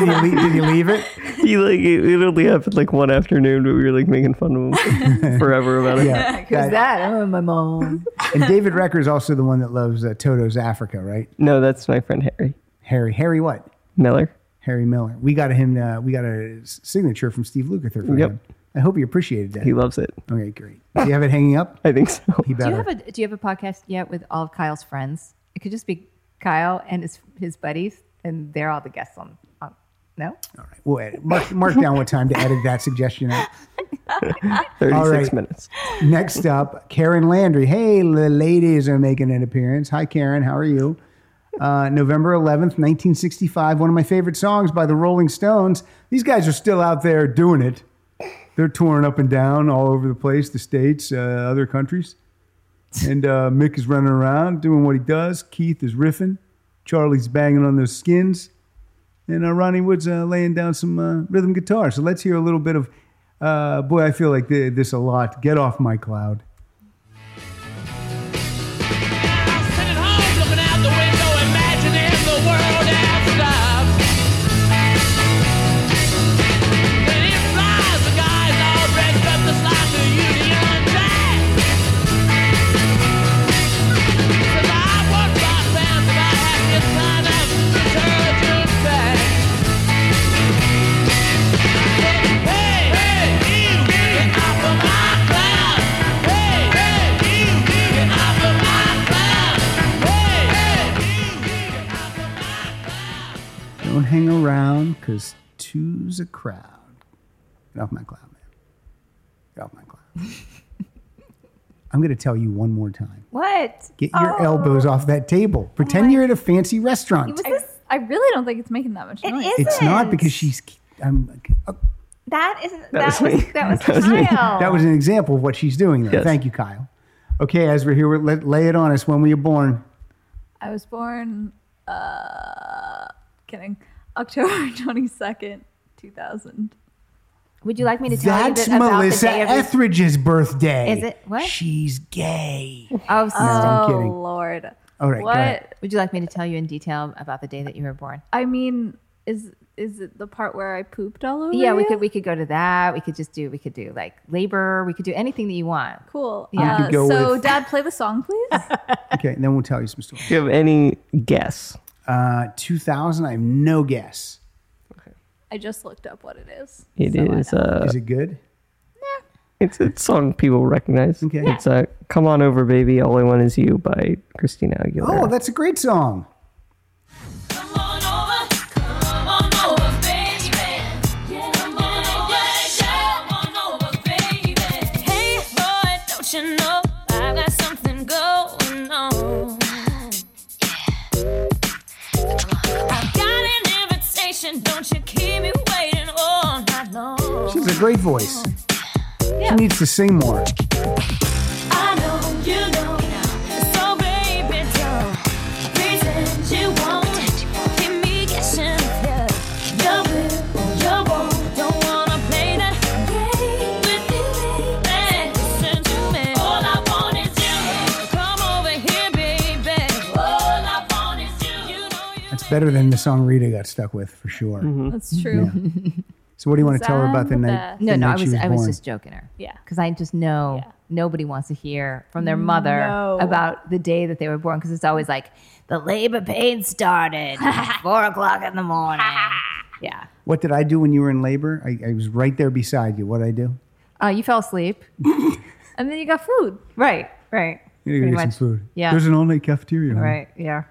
S2: you leave, did you
S4: (laughs)
S2: leave it?
S3: he like it, it only happened like one afternoon, but we were like making fun of
S2: (laughs)
S3: him forever about it.
S2: Yeah.
S4: Who's that? Oh, my
S2: (laughs)
S4: mom.
S2: And David Recker is also the one that loves uh, Toto's Africa, right?
S3: No, that's my friend Harry.
S2: Harry, Harry, what?
S3: Miller.
S2: Harry Miller. We got him. Uh, we got a signature from Steve Lukather for
S3: Yep.
S2: him. I hope he appreciated that.
S3: He loves it.
S2: Okay, great. Do you have it hanging up?
S3: I think so. (laughs)
S4: (laughs)
S2: He
S4: Do
S2: better.
S4: you have a Do you have a podcast yet with all of Kyle's friends? It could just be Kyle and his his buddies, and they're all the guests on. on no,
S2: We'll edit. Mark, mark down what time to edit that suggestion out.
S3: 36
S2: right.
S3: minutes.
S2: Next up, Karen Landry. Hey, the ladies are making an appearance. Hi, Karen. How are you? Uh, November 11th, 1965, one of my favorite songs by the Rolling Stones. These guys are still out there doing it. They're touring up and down all over the place, the States, uh, other countries. And uh, Mick is running around doing what he does. Keith is riffing. Charlie's banging on those skins. And uh, Ronnie Wood's uh, laying down some uh, rhythm guitar. So let's hear a little bit of uh, Boy, I Feel Like th- This a Lot. Get Off My Cloud.
S11: Sitting home looking out the window, imagining the world outside. When it flies, the guys all dressed up just like the Union Jack. Says, I want rock bands, but I have this kind of detergent bag. Hey, hey, you get it off of my cloud. Hey, hey, you get it off of my cloud. Hey, hey.
S2: Don't hang around because two's a crowd. Get off my cloud, man. Get off my cloud. (laughs) I'm going to tell you one more time.
S5: What?
S2: Get
S4: Oh,
S2: your elbows off that table. Pretend you're at a fancy restaurant.
S5: Was this? I really don't think it's making that much noise.
S2: it's not because she's. I'm,
S5: That isn't.
S2: That
S5: That,
S2: was
S5: was,
S2: me.
S5: That was,
S2: (laughs) That was me.
S5: Kyle.
S2: That was an example of what she's doing there.
S3: Yes.
S2: Thank you, Kyle. Okay, as we're here, we're- let, lay it on us. When were you born?
S5: I was born. Uh, kidding. October (laughs) twenty second, two thousand.
S4: Would you like me to tell
S2: That's
S4: you that about
S2: Melissa
S4: the day of your-
S2: Etheridge's birthday.
S4: Is it what?
S2: She's gay.
S4: Oh,
S2: No, I'm
S4: stop.
S2: kidding.
S5: Lord.
S2: All right, go ahead.
S4: Would you like me to tell you in detail about the day that you were born?
S5: I mean, is is it the part where I pooped all over?
S4: yeah, we
S5: you?
S4: could we could go to that. We could just do we could do like labor. We could do anything that you want.
S5: Cool.
S4: Yeah.
S2: You
S5: Uh,
S2: could go
S5: so,
S2: with-
S5: Dad, play the song, (laughs) please.
S2: Okay, and then we'll tell you some stories.
S3: Do you have any guess?
S2: Uh, 2000, I have no guess.
S5: I just looked up what it is.
S3: It is. Uh,
S2: Is it good?
S3: It's a song people recognize.
S2: Okay.
S3: It's uh, "Come On Over, Baby." All I Want Is You by Christina Aguilera.
S2: Oh, that's a great song.
S15: Hey, boy, don't you know I got something going on? I got an invitation, don't you keep me waiting all night long.
S2: She has a great voice. She needs to sing more.
S15: I know you know, so baby, don't pretend you won't. Keep me guessing, yeah. You will, you won't. Don't wanna play that game with me. Hey, listen to me. All I want is you. Come over here, baby. All I want is you. You know
S2: That's better than the song Rita got stuck with, for sure.
S4: Mm-hmm.
S5: That's true.
S2: So, what do you want to tell her
S5: Zan
S2: about the
S5: the
S2: night?
S5: best.
S4: No,
S2: the
S4: no, I
S2: night she
S4: was, I was
S2: born?
S4: just joking her.
S5: Yeah.
S4: Because I just know nobody wants to hear from their mother
S5: No.
S4: about the day that they were born because it's always like the labor pain started (laughs) at four o'clock in the (laughs) morning. yeah.
S2: What did I do when you were in labor? I, I was right there beside you. What did I do?
S4: Uh, you fell asleep.
S5: and then you got food.
S4: Right. Right.
S2: You gotta
S4: Pretty
S2: get some
S4: much.
S2: food.
S4: Yeah.
S2: There's an all night cafeteria. honey.
S4: right. Yeah.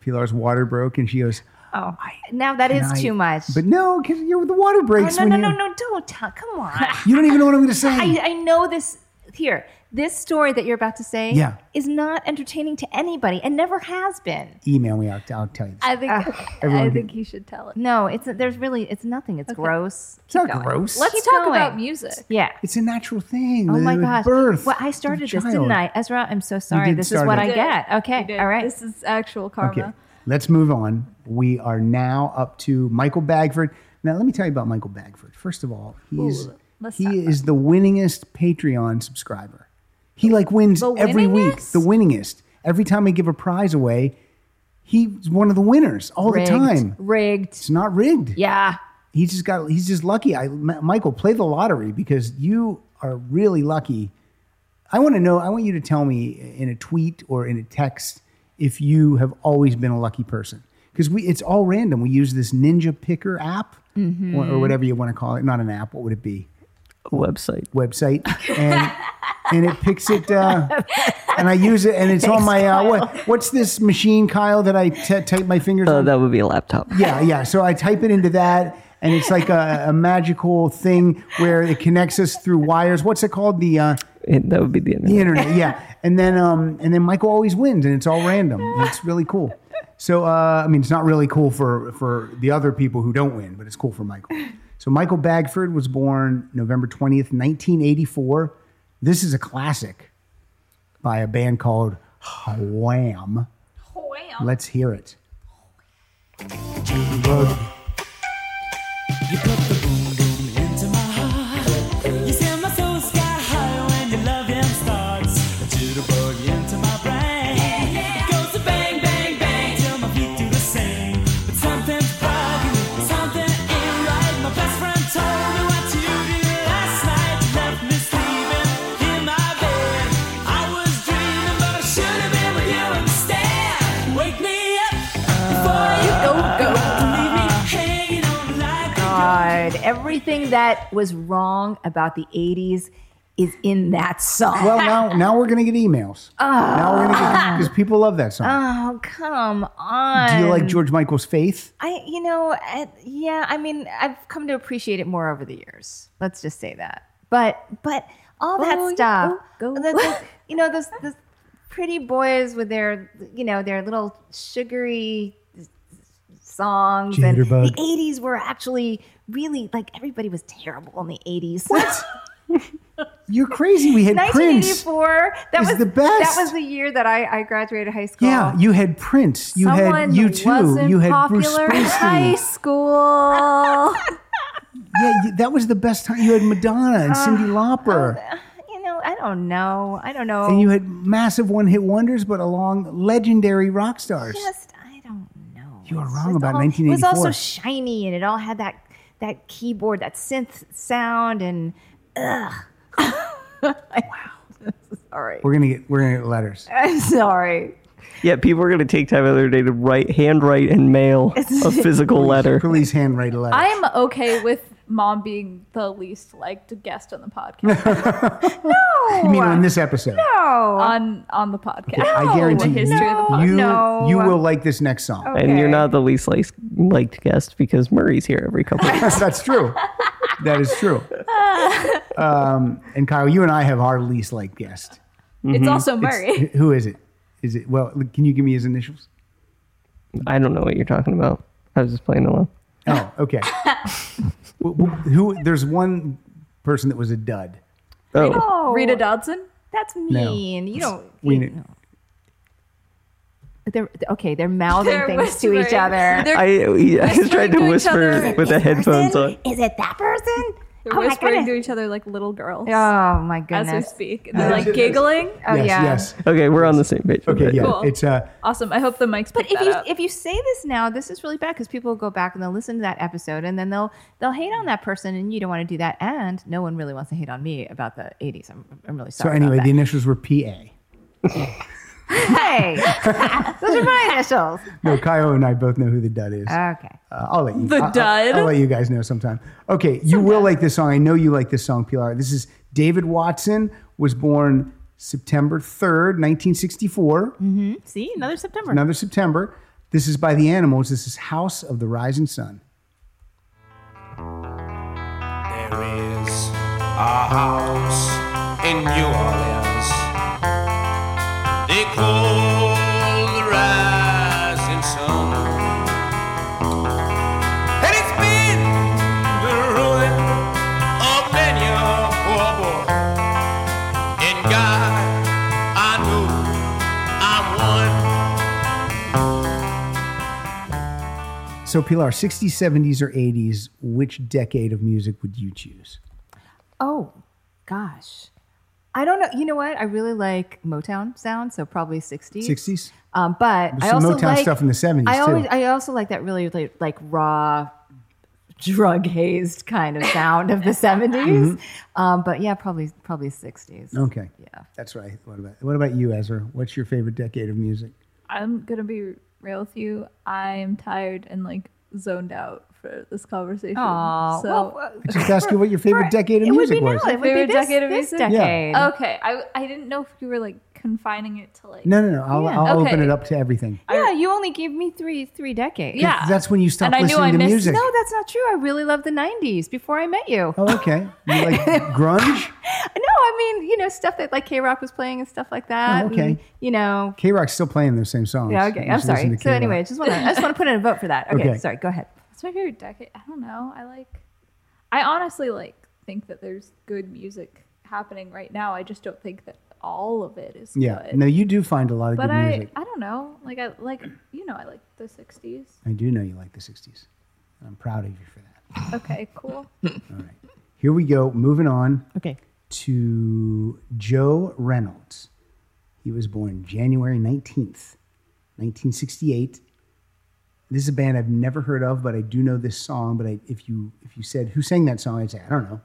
S2: Pilar's water broke and she goes,
S4: Oh, now that is
S2: "Can I-"
S4: too much.
S2: But no, because you're the water
S4: Oh,
S2: breaks
S4: no,
S2: when
S4: no, no,
S2: you- (laughs)
S4: no, don't tell. Come on.
S2: You don't even know what I'm going to say.
S4: I, I know this. Here, This story that you're about to say
S2: Yeah.
S4: is not entertaining to anybody and never has been.
S2: Email me. I'll, I'll tell you.
S4: I think
S2: Ah,
S5: (laughs)
S2: Everyone I think
S4: you should tell it. No, it's there's really it's nothing. It's gross.
S2: It's not gross.
S4: Let's
S5: talk about music.
S4: Yeah.
S2: It's a natural thing.
S4: Oh my
S2: with
S4: gosh.
S2: Birth.
S4: well, I started this, didn't
S2: child.
S4: I? Ezra, I'm so sorry.
S2: did
S4: This is
S2: start
S4: what
S2: it.
S4: I
S2: You
S4: get. Okay. All right.
S5: This is actual
S2: Okay.
S5: karma.
S2: Let's move on. We are now up to Michael Bagford. Now, let me tell you about Michael Bagford. First of all, he's
S5: Ooh, let's
S2: he
S5: talk
S2: is the winningest Patreon subscriber. He like wins
S5: The
S2: every week. The winningest. Every time we give a prize away, he's one of the winners all
S4: Rigged.
S2: the time.
S4: Rigged.
S2: It's not rigged.
S4: Yeah.
S2: He's just got. He's just lucky. I, M- Michael, play the lottery because you are really lucky. I want to know. I want you to tell me in a tweet or in a text if you have always been a lucky person because we. It's all random. We use this Ninja Picker app or, or whatever you want to call it. Not an app. What would it be? Oh.
S3: A website.
S2: Website and. And it picks it, uh, and I use it, and it's on my uh, what? What's this machine, Kyle? That I t- type my fingers
S3: Oh,
S2: on?
S3: that would be a laptop.
S2: Yeah, yeah. So I type it into that, and it's like a, a magical thing where it connects us through wires. What's it called? The uh,
S3: It- that would be the internet.
S2: the internet. Yeah, and then um, and then Michael always wins, and it's all random. And It's really cool. So uh, I mean, it's not really cool for for the other people who don't win, but it's cool for Michael. So Michael Bagford was born November twentieth, nineteen eighty four. This is a classic by a band called Wham.
S5: Wham.
S2: Let's hear it.
S11: You put the boom boom into my heart. You send my soul sky high when your loving starts. A jitterbug into my brain. Goes to bang bang bang till my feet do the same. But something's bugging me, something ain't right. My best friend told me what you did last night. You left me sleeping in my bed. I was dreaming, but I should have been with you instead. Wake me up before you go go. Leave me hanging on like a
S4: God, everything that was wrong about the 80s is in that song.
S2: Well, now now we're gonna get emails. Now we're gonna get because people love that song.
S4: Oh, come on.
S2: Do you like George Michael's Faith?
S4: I, you know, I, yeah, I mean, I've come to appreciate it more over the years. Let's just say that. But, but all that
S5: Oh, yeah.
S4: stuff,
S5: Oh, go.
S4: the- the- you know, those, those pretty boys with their, you know, their little sugary songs.
S2: Jitterbug.
S4: And the 80s were actually really like everybody was terrible in the (laughs) 80s. What?
S2: You're crazy. We had Prince.
S4: 1984. That
S2: is
S4: was
S2: the best.
S4: That was the year that I, I graduated high school.
S2: Yeah, you had Prince. You
S4: Someone
S2: had you too.
S4: wasn't
S2: You had
S4: popular
S2: Bruce
S4: in
S5: (laughs)
S4: high
S2: Springsteen.
S4: school.
S2: yeah, you- that was the best time. You had Madonna and Cindy Lauper,
S4: you know, I don't know. I don't know.
S2: and you had massive one-hit wonders, but along legendary rock stars.
S4: just I don't know.
S2: you are
S4: It's
S2: wrong
S4: just
S2: about
S4: all- It was
S2: 1984.
S4: also shiny, and it all had that that keyboard, that synth sound, and ugh. (laughs) wow. Sorry.
S2: we're gonna get we're gonna get letters.
S4: I'm (laughs) sorry.
S3: Yeah, people are going to take time out of their day to write, handwrite, and (laughs) mail a physical letter.
S2: Please handwrite a letter.
S5: I'm okay with mom being the least liked guest on the podcast.
S2: (laughs) you mean on this episode?
S4: No.
S5: on on the podcast.
S2: Okay, I guarantee
S5: the
S2: you,
S5: history of the podcast.
S2: you,
S4: No.
S2: you will like this next song.
S3: And you're not the least liked, liked guest because Murray's here every couple of
S2: Yes, that's true. That is true. Um, and Kyle, you and I have our least liked guest.
S5: It's also
S2: Mm-hmm. It's-
S5: Murray.
S2: (laughs) who is it? Is it? Well, can you give me his initials?
S3: I don't know what you're talking about. I was just playing along.
S2: Oh,
S4: (laughs)
S2: okay. Wh- wh- who? There's one person that was a dud.
S3: Oh,
S5: Rita Dodson.
S4: That's mean. You don't.
S2: We
S4: you
S2: knew.
S4: They're, okay, they're mouthing
S5: They're
S4: things to each
S5: whispering.
S4: other.
S5: They're,
S3: I, I just tried to
S5: to each
S3: whisper
S5: other.
S3: with the headphones on.
S4: Is it that person?
S5: they're
S4: oh my
S5: whispering to
S4: goodness.
S5: each other like little girls
S4: Oh my
S5: as we
S4: goodness.
S5: speak. And they're like giggling.
S4: Oh
S2: yes,
S4: yeah.
S2: yes.
S3: Okay, we're on the same page.
S2: Okay, yeah.
S5: Cool.
S2: It's uh,
S5: Awesome. I hope the mics
S4: But
S5: pick
S4: if
S5: that
S4: you
S5: up.
S4: if you say this now, this is really bad because people go back and they'll listen to that episode and then they'll they'll hate on that person and you don't want to do that. And no one really wants to hate on me about the '80s. I'm, I'm really
S2: so
S4: sorry.
S2: anyway,
S4: about
S2: the initials were PA.
S4: that. hey,
S2: (laughs)
S4: those are my initials.
S2: No, Kyle and I both know who the dud is.
S4: Okay.
S2: Uh, I'll let you.
S5: The
S2: I- I'll-
S5: dud?
S2: I'll, let you guys know sometime. Okay, you will like this song. I know you like this song, Pilar. This is David Watson was born September third, nineteen sixty four.
S4: See, another September.
S2: Another September. This is by the Animals. This is House of the Rising Sun.
S12: There is a house in New Orleans cold, the rising sun. And it's been the ruin of many a poor boy. In God, I know I'm one.
S2: So, Pilar, 60s, 70s, or 80s, which decade of music would you choose?
S4: Oh, gosh. I don't know. You know what? I really like Motown sound, so probably 60s.
S2: 60s?
S4: Um, but
S2: There's
S4: I
S2: some
S4: also
S2: Motown
S4: like,
S2: stuff in the 70s,
S4: I
S2: too.
S4: always, I also like that really like, like raw, drug hazed kind of sound (laughs) of the 70s. Um, but yeah, probably probably 60s.
S2: Okay. Yeah. That's what I thought about. What about you, Ezra? What's your favorite decade of music?
S5: I'm gonna be real with you. I'm tired and like zoned out for this conversation.
S4: Aw,
S5: so
S4: well,
S2: I just asked you what your favorite decade of
S4: it would
S2: music
S4: be
S2: was.
S4: now. It would be
S5: favorite
S4: this-
S5: decade of
S4: this
S5: music.
S2: decade.
S4: Oh,
S2: Yeah.
S5: Okay, I I didn't know if you were like confining it to like.
S2: No, no, no. I'll,
S5: Yeah.
S2: I'll open
S5: Okay.
S2: it up to everything.
S4: Yeah, you only gave me three three decades.
S5: Yeah.
S2: That's when you stopped
S5: And I knew
S2: listening
S5: I
S2: to
S5: missed-
S2: music.
S4: No, that's not true. I really loved the 90s before I met you.
S2: Oh, okay. You like
S5: (laughs)
S2: grunge?
S4: No, I mean, you know, stuff that like K Rock was playing and stuff like that.
S2: Oh, okay.
S4: and, you know.
S2: K Rock's still playing those same songs.
S4: Yeah, okay.
S2: You
S4: I'm
S2: should listen
S4: sorry.
S2: to
S4: So
S2: K-Rock.
S4: anyway, just wanna I just wanna put in a vote for that. Okay,
S2: Okay.
S4: sorry, go ahead.
S5: What's my favorite decade? I don't know. I like. I honestly like think that there's good music happening right now. I just don't think that all of it is
S2: Yeah.
S5: good.
S2: No, you do find a lot of
S5: but
S2: good
S5: I
S2: music.
S5: I don't know. Like I like you know I like the '60s.
S2: I do know you like the 60s. I'm proud of you for that.
S5: Okay, cool.
S2: Here we go. Moving on.
S4: Okay.
S2: To Joe Reynolds. He was born January 19th, 1968. This is a band I've never heard of, but I do know this song. But I, if you if you said who sang that song, I'd say I don't know.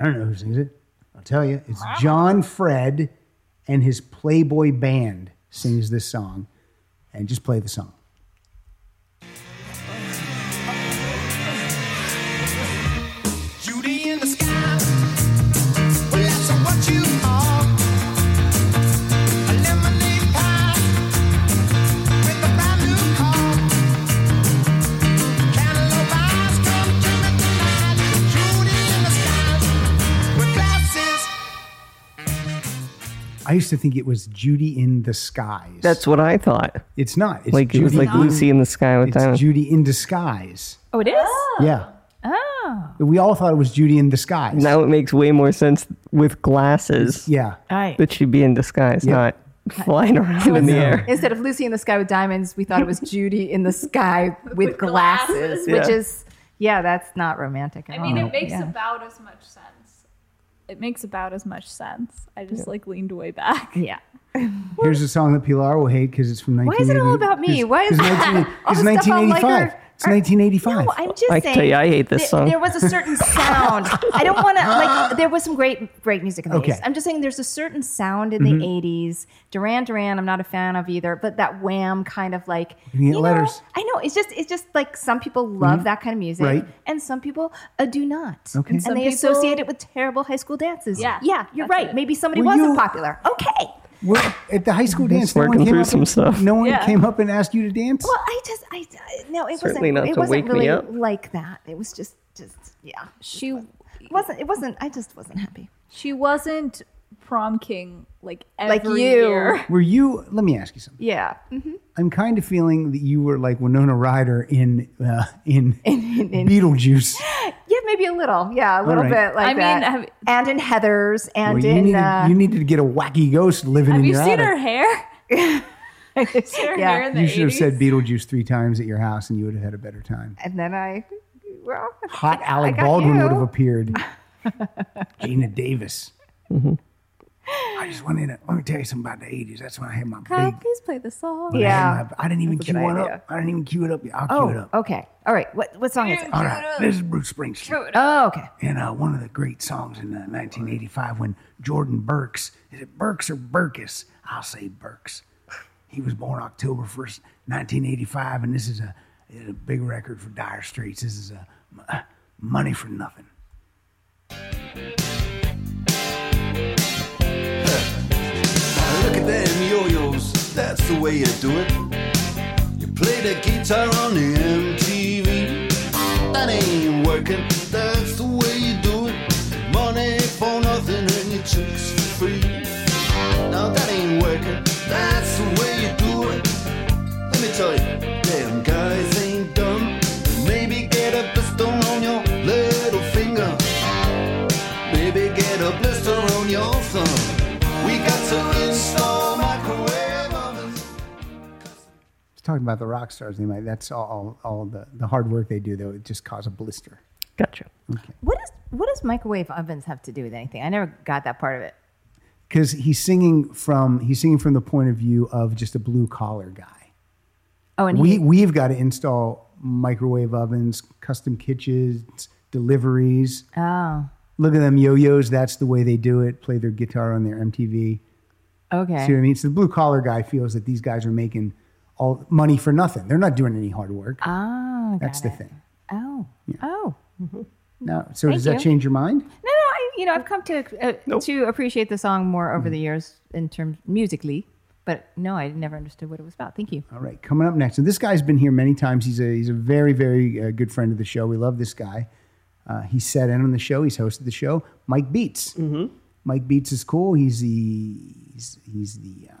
S2: I don't know who sings it. I'll tell you, it's John Fred and his Playboy Band sings this song, and just play the song.
S12: Judy in the sky. Well, that's what you are. A lemonade pie with a brand new car. Cantaloupe eyes come to me tonight. Judy in the sky with glasses.
S2: I used to think it was Judy in the Skies.
S3: That's what I thought.
S2: It's not. It's
S3: like it was
S2: Judy
S3: like Lucy in the Sky with
S2: It's
S3: diamonds.
S2: Judy in disguise.
S4: Oh, it is?
S2: Yeah.
S4: Oh.
S2: We all thought it was Judy in disguise.
S3: Now it makes way more sense with glasses.
S2: Yeah.
S4: Right.
S3: That she'd be in disguise,
S2: Yeah.
S3: not flying around in the air.
S4: Instead of Lucy in the Sky with Diamonds, we thought it was Judy in the Sky with, glasses,
S3: glasses.
S4: which
S3: Yeah.
S4: is, yeah, that's not romantic at
S5: I mean,
S4: all.
S5: it makes
S4: Oh, Yeah.
S5: about as much sense. It makes about as much sense. I just like leaned way
S4: (laughs)
S5: back.
S4: Yeah.
S2: Here's a song that Pilar will hate because it's from 1985.
S4: Why is it all about me? Why is (laughs) all
S2: it's
S4: the stuff on
S2: 1985.
S4: Liker-
S2: it's 1985.
S4: No, I'm just
S3: I
S4: saying.
S3: tell you, I hate this
S4: th-
S3: song.
S4: There was a certain sound. I don't want to like. There was some great, great music in the
S3: Okay. Mm-hmm.
S4: 80s. I'm just saying, there's a certain sound in
S2: Mhm.
S4: the 80s. Duran Duran, I'm not a fan of either. But that Wham kind of like.
S2: You can get letters.
S4: I know it's just it's just like some people love
S3: Mm-hmm.
S2: Mhm.
S4: that kind of music,
S2: Right.
S4: and some people uh, do not.
S2: Okay. And
S4: And,
S2: some
S4: they
S2: people-
S4: associate it with terrible high school dances. Yeah, yeah, you're right. Maybe somebody
S2: Well,
S4: wasn't
S2: you-
S4: popular. Okay.
S2: Well, at the high school dance,
S3: Just
S2: no one
S3: working
S2: came
S3: through
S2: up.
S3: some
S2: and,
S3: stuff.
S2: No one
S4: Yeah.
S2: came up and asked you to dance.
S4: Well, I just, I, I- no, it
S3: Certainly
S4: wasn't.
S3: not
S4: it
S3: to
S4: wasn't
S3: wake me
S4: really
S3: up.
S4: like that. It was just, just yeah. She it wasn't. It wasn't. I just wasn't happy.
S5: She wasn't prom king like every
S4: Like you.
S5: year.
S2: Were you? Let me ask you something.
S4: Yeah.
S2: I'm kind of feeling that you were like Winona Ryder in uh,
S4: (laughs)
S2: in, Beetlejuice.
S4: Yeah, maybe a little. Yeah, a little
S2: right.
S4: bit like
S5: I mean,
S4: that.
S5: have-
S4: and in Heather's, and
S2: Well, you,
S4: in.
S2: needed,
S4: uh, (laughs)
S2: you needed to get a wacky ghost living
S5: Have
S2: in
S5: you
S2: your
S5: seen
S2: attic.
S5: her hair? (laughs) seen her
S4: yeah.
S5: hair in the
S2: You should have
S5: 80s?
S2: said Beetlejuice three times at your house, and you would have had a better time.
S4: and then I, well, (laughs)
S2: Hot Alec
S4: got
S2: Baldwin
S4: you.
S2: would
S4: (laughs)
S2: have appeared. Gina Davis. I just went in. Let me tell you something about the '80s. That's when I had my
S5: Kyle,
S2: big.
S5: please play the song.
S2: when I had
S4: Yeah.
S2: my- I, didn't even
S4: That's a
S2: queue
S4: good
S2: one
S4: idea.
S2: up. I didn't even queue it up. I'll
S4: Oh,
S2: queue it up.
S4: okay. All right. What what song is it?
S2: All right. This is Bruce Springsteen.
S4: Oh, okay.
S2: And uh, one of the great songs in uh, 1985 when Jordan Burks, is it Burks or Burkus? I'll say Burks. He was born October 1st, 1985, and this is a, is a big record for Dire Straits. This is a, uh, Money for Nothing.
S16: Now Look at them yo-yos, that's the way you do it. You play the guitar on the MTV. That ain't working, that's the way you do it. Money for nothing and your chicks for free. Now that ain't working,
S2: talking about the rock stars. They might, that's all, all, all the, the hard work they do, though. It just cause a blister.
S3: Gotcha.
S4: What is what does microwave ovens have to do with anything? I never got that part of it.
S2: Because he's singing from he's singing from the point of view of just a blue collar guy.
S4: Oh, and
S2: we
S4: he,
S2: we've got to install microwave ovens, custom kitchens, deliveries.
S4: oh,
S2: Look at them yo-yos. That's the way they do it. Play their guitar on their MTV.
S4: okay.
S2: See what I mean? So the blue collar guy feels that these guys are making all money for nothing. They're not doing any hard work.
S4: Oh,
S2: That's
S4: got
S2: the
S4: it.
S2: thing.
S4: Oh, oh. No,
S2: No. So
S4: Thank
S2: does that
S4: you.
S2: change your mind?
S4: no. I, you know, I've come to uh, to appreciate the song more over the years in terms musically, but no, I never understood what it was about. Thank you.
S2: All right, coming up next. So this guy's been here many times. He's a he's a very very uh, good friend of the show. We love this guy. Uh, he sat in on the show. He's hosted the show. Mike Beats. Mm-hmm. Mike Beats is cool. He's the he's, he's the uh,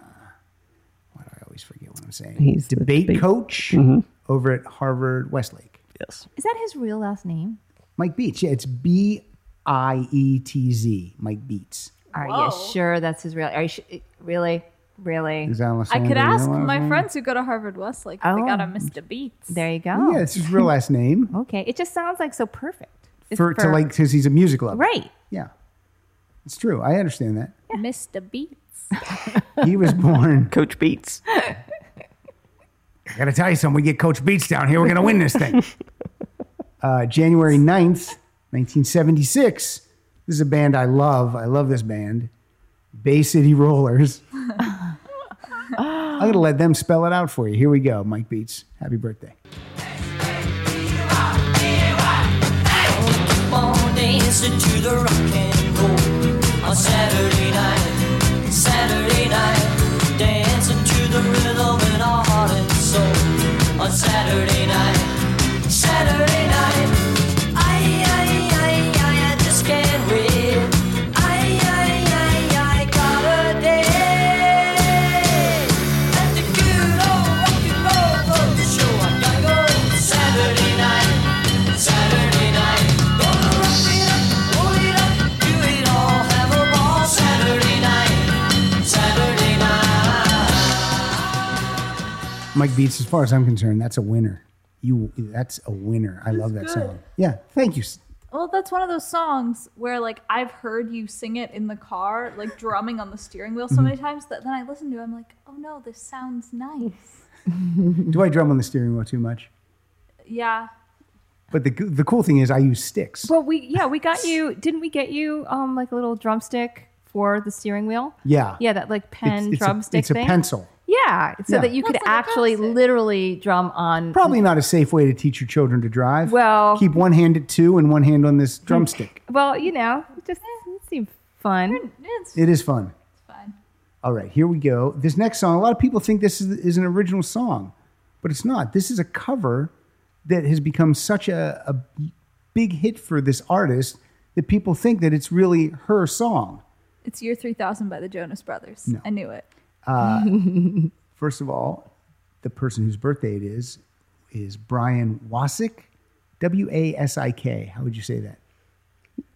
S2: why do I always forget what I'm saying?
S3: He's the
S2: debate,
S3: debate-
S2: coach
S3: Mhm.
S2: over at Harvard Westlake.
S3: Yes,
S4: Is that his real last name?
S2: Mike Beats. Yeah, it's B I E T Z. Mike Beats.
S4: Are you sure that's his real? Are you sh- really, really?
S2: Is Alice
S5: I could
S2: Sandler, you know
S5: ask
S2: what I'm
S5: my
S2: saying?
S5: friends who go to Harvard Westlake if they got
S4: Oh.
S5: a Mr. Beats.
S4: There you go.
S2: Yeah, it's his real last name.
S4: Okay, it just sounds like so perfect. It's
S2: for, to like because he's a music lover.
S4: right.
S2: Yeah, it's true. I understand that.
S5: Mr. Beats.
S2: He (laughs) was born
S3: Coach Beats.
S2: I gotta tell you something. We get Coach Beats down here, we're gonna win this thing. (laughs) uh, January 9th, 1976. This is a band I love. I love this band, Bay City (laughs) Rollers. I'm gonna let them spell it out for you. Here we go, Mike Beats. Happy birthday.
S17: on, dancing to the rock and roll on Saturday night, Saturday night, dancing to the rhythm in our heart and soul on Saturday night, Saturday night. I, I, I, I, I just can't wait. I, I, I, I got a date. Let the good old rock and roll float the show. I gotta go Saturday night, Saturday night. Gonna rock it up, roll it up, do it all, have a ball Saturday night, Saturday night.
S2: Mike Beats, as far as I'm concerned, that's a winner. You, that's a winner. I love that
S5: good.
S2: song. Yeah, thank you.
S5: Well, that's one of those songs where like I've heard you sing it in the car, like drumming on the steering wheel so
S4: Mm-hmm.
S5: many times that then I listen to it, I'm like, oh no, this sounds
S4: (laughs)
S5: nice.
S2: Do I drum on the steering wheel too much?
S5: Yeah.
S2: But the the cool thing is, I use sticks.
S4: Well, we yeah we got you. Didn't we get you um like a little drumstick for the steering wheel?
S2: Yeah.
S4: Yeah, that like pen
S2: It's- it's a-
S4: drumstick
S2: it's a
S4: thing.
S2: pencil.
S4: Yeah, so
S2: Yeah.
S4: that you could actually literally drum on.
S2: Probably not a safe way to teach your children to drive.
S4: Well-
S2: keep one hand at two and one hand on this drumstick.
S4: Well, you know, it just it seemed fun.
S2: It is fun.
S5: fun.
S2: All right, here we go. This next song, a lot of people think this is, is an original song, but it's not. This is a cover that has become such a, a big hit for this artist that people think that it's really her song.
S5: It's Year 3000 by the Jonas Brothers.
S2: No.
S5: I knew it.
S2: Uh, first of all, the person whose birthday it is is Brian Wasik, W A S I K. How would you say that?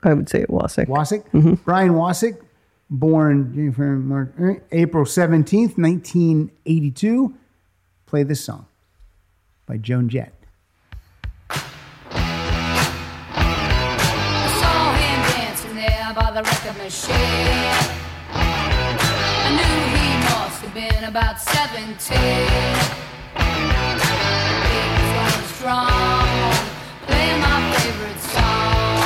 S3: I would say it Wasik.
S2: Wasik. Brian Wasik, born January, March, eh, April 17th, 1982. Play this song by Joan Jett.
S10: I saw him dancing there by the record machine. I knew he must have been about 17. He was going strong, playing my favorite song.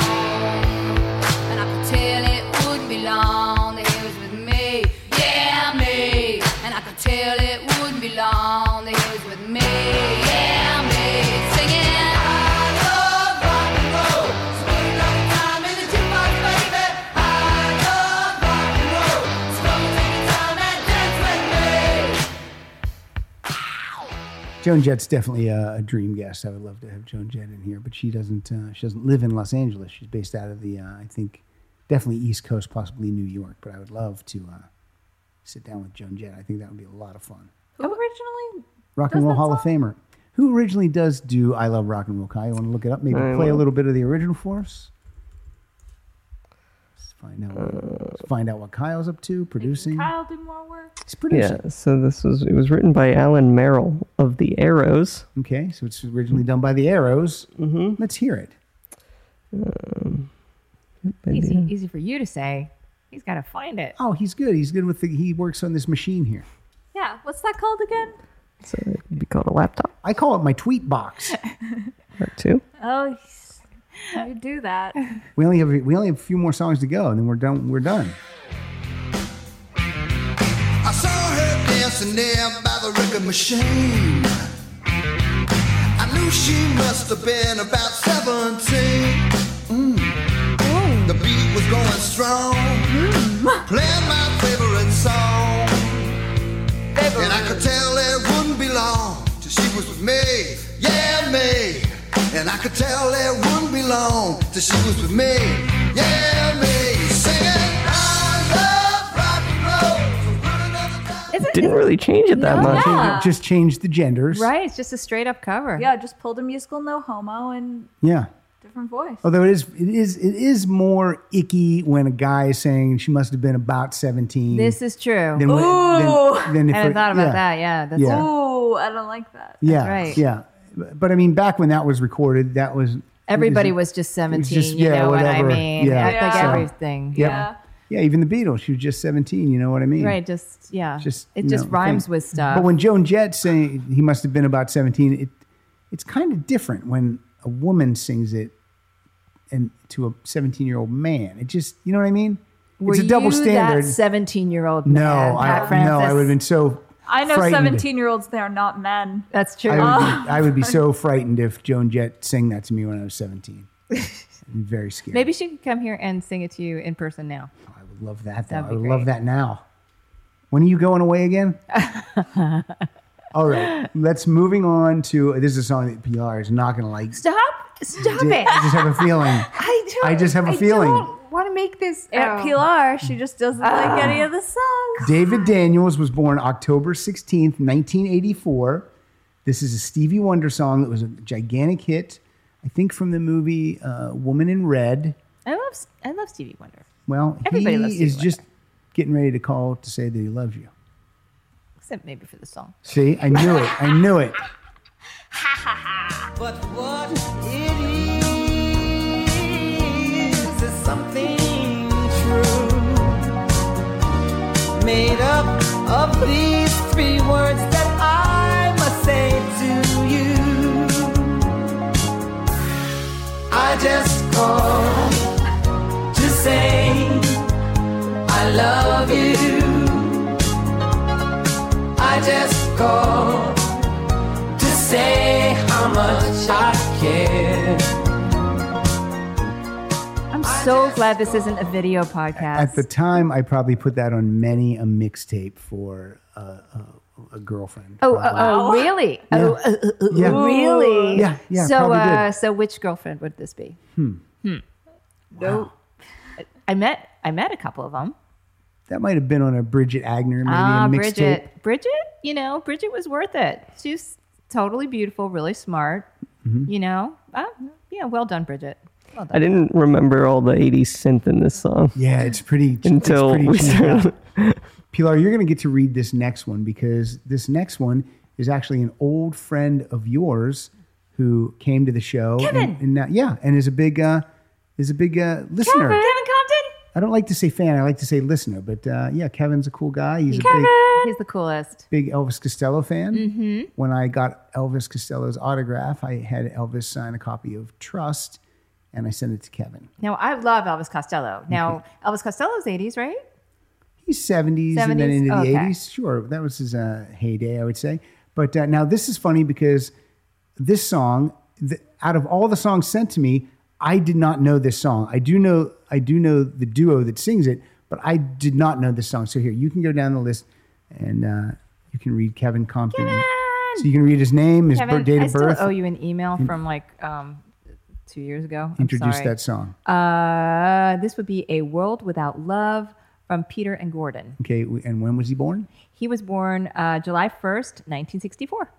S10: And I could tell it wouldn't be long that he was with me. Yeah, me. And I could tell it wouldn't be long that he was with me. Yeah, me. Singing. I love rock and roll. It's a good rock time in the jukebox, baby. I love rock and roll. It's gonna take your time and dance with me.
S2: Joan Jett's definitely a, a dream guest. I would love to have Joan Jett in here, but she doesn't. Uh, she doesn't live in Los Angeles. She's based out of the, uh, I think, definitely East Coast, possibly New York. But I would love to uh, sit down with Joan Jett. I think that would be a lot of fun.
S5: Who originally?
S2: Rock and Roll Hall of Famer. Who originally does do I Love Rock and Roll? Kai, you want to look it up? Maybe
S3: I
S2: play a
S3: will.
S2: little bit of the original for us? Find out,
S3: Uh,
S2: what, find out what Kyle's up to, producing.
S5: Kyle do more work.
S2: It's producing.
S3: Yeah, so this was it was written by Alan Merrill of the Arrows.
S2: Okay, so it's originally done by the Arrows. Mm-hmm. Let's hear it.
S3: Um,
S4: Easy, easy for you to say. He's got to find it.
S2: Oh, he's good. He's good with the. He works on this machine here.
S5: Yeah, what's that called again?
S3: so it could be called a laptop
S2: I call it my tweet
S4: (laughs)
S2: box.
S3: or two.
S5: Oh, you do (laughs) that.
S2: We only have we only have a few more songs to go, and then we're done. We're done.
S18: I saw her dancing there by the record machine. I knew she must have been about 17. Mm. The beat was going strong, playing my favorite song. And I could tell it wouldn't be
S19: Oh,
S18: long till she was with me, yeah, me. And I could tell it wouldn't be long till she was with me, yeah, me. Singing, I love rock and roll.
S3: Didn't really change it that
S4: No.
S3: much.
S4: Oh, Yeah.
S2: Just change the genders.
S4: Right, it's just a straight up cover.
S5: Yeah, just pulled a musical, no homo, and
S2: Yeah.
S5: different voice.
S2: Although it is it is it is more icky when a guy is saying she must have been about seventeen.
S4: This is true.
S2: Then when-
S4: Ooh,
S2: then- then if
S4: I
S2: it-
S4: hadn't thought about
S2: yeah.
S4: that. Yeah, that's
S2: Yeah.
S5: Ooh, I don't like that.
S2: yeah,
S4: right.
S2: yeah. But I mean, back when that was recorded, that was
S4: everybody
S2: it
S4: was just seventeen.
S2: just-
S4: you
S2: yeah,
S4: know
S2: whatever.
S4: what I mean?
S2: Yeah.
S4: Act like
S2: Yeah.
S4: everything.
S2: Yep.
S4: Yeah.
S2: yeah. Even the Beatles, she was just seventeen. You know what I mean?
S4: Right. Just yeah.
S2: Just
S4: it
S2: you
S4: just
S2: know,
S4: rhymes
S2: thing.
S4: with stuff.
S2: But when Joan Jett saying he must have been about seventeen, it it's kind of different when a woman sings it and to a seventeen year old man. It just you know what I mean?
S4: Were
S2: it's a double
S4: you
S2: standard.
S4: That seventeen-year-old
S2: no,
S4: man, Pat
S2: I
S4: Francis?
S2: no, I would have been so.
S5: I know
S2: frightened.
S5: 17 year olds, they are not men.
S4: That's true.
S2: I would, be, I would be so frightened if Joan Jett sang that to me when I was 17. I'm very scared.
S4: Maybe she could come here and sing it to you in person now.
S2: I would love that though.
S4: That'd
S2: I
S4: be
S2: would love that now. When are you going
S4: (laughs)
S2: away again? All right. Let's moving on to this is a song that PR is not going to like.
S4: Stop! Stop
S2: Ju-
S4: it!
S2: I just have a feeling.
S4: I don't.
S2: I just have a feeling.
S4: want to make this Ah.
S5: At
S4: oh.
S5: Pilar, she just doesn't like any of the songs.
S2: David Daniels was born October 16th, 1984. This is a Stevie Wonder song that was a gigantic hit, I think from the movie uh, Woman in Red.
S4: I love. I love Stevie Wonder.
S2: Well,
S4: Everybody
S2: he
S4: loves Stevie
S2: is just getting ready to call to say that he loves you.
S4: Except maybe for the song.
S2: See, I knew it. I knew it.
S12: But what it is is something true made up of these three words that I must say to you. I just called to say I love you. I just called to say how much I care.
S4: I'm so glad this isn't a video podcast.
S2: At the time, I probably put that on many a mixtape for uh, a, a girlfriend.
S4: Oh, oh,
S2: probably.
S4: oh,
S2: (laughs)
S4: really? Oh, uh, uh, uh,
S2: Yeah.
S4: really?
S2: Yeah, yeah,
S4: So,
S2: probably did.
S4: uh, so which girlfriend would this be?
S2: Hmm.
S4: No, I met I met a couple of them.
S2: That might have been on a Bridget Agner, maybe
S4: Ah,
S2: a mixtape.
S4: Bridget. Bridget, you know, Bridget was worth it. She's totally beautiful, really smart.
S2: Mm-hmm.
S4: You know, uh, yeah, well done, Bridget. Well done.
S3: I didn't remember all the 80s synth in this song.
S2: Yeah, it's pretty. it's
S3: Until
S2: pretty
S3: we
S2: cheesy.
S3: started-
S2: (laughs) Pilar, you're going to get to read this next one because this next one is actually an old friend of yours who came to the show.
S4: Kevin!
S2: And, and now, yeah, and is a big uh, is a big uh, listener.
S4: Kevin Compton.
S2: I don't like to say fan. I like to say listener. But uh, yeah, Kevin's a cool guy. He's a big,
S4: He's the coolest.
S2: big Elvis Costello fan.
S4: hmm
S2: When I got Elvis Costello's autograph, I had Elvis sign a copy of Trust, and I sent it to Kevin.
S4: Now I love Elvis Costello. Now Elvis Costello's 80s, right?
S2: He's 70s, and then
S4: 70s?
S2: into the
S4: Okay.
S2: 80s. Sure, that was his uh, heyday, I would say. But uh, now this is funny because this song, th- out of all the songs sent to me, I did not know this song. I do know, I do know the duo that sings it, but I did not know this song. So here, you can go down the list, and uh, you can read Kevin Compton. So you can read his name, his
S4: Kevin,
S2: birth, date
S4: I
S2: of birth.
S4: still owe you an email
S2: In-
S4: from like um, two years ago. I'm
S2: Introduce
S4: sorry.
S2: that song.
S4: Uh, this would be A World Without Love from Peter and Gordon.
S2: Okay, w- and when was he born?
S4: He was born uh, July 1st, 1964.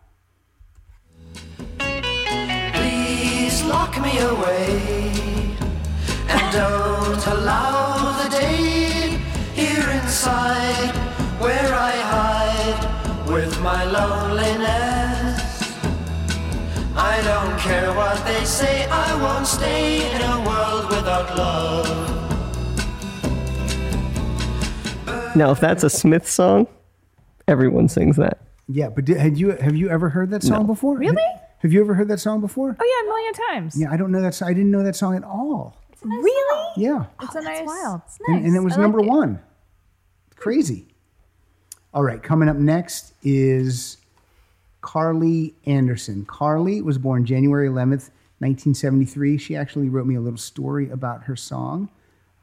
S12: Please lock me away and don't allow the
S20: holiday here inside where I hide with my loneliness. I don't care what they say, I won't stay in a world without love.
S3: Now, if that's a Smith song, everyone sings that.
S2: Yeah, but did, had you have you ever heard that song
S3: No.
S2: before?
S4: Really?
S2: Have, have you ever heard that song before?
S4: Oh yeah, a million times.
S2: Yeah, I don't know that. song. I didn't know that song at all.
S4: really?
S2: Yeah,
S5: It's a nice, wild. It's nice.
S2: and, and it was
S5: I like
S2: number one. Crazy. All right, coming up next is Carly Anderson. Carly was born January 11th, 1973. She actually wrote me a little story about her song.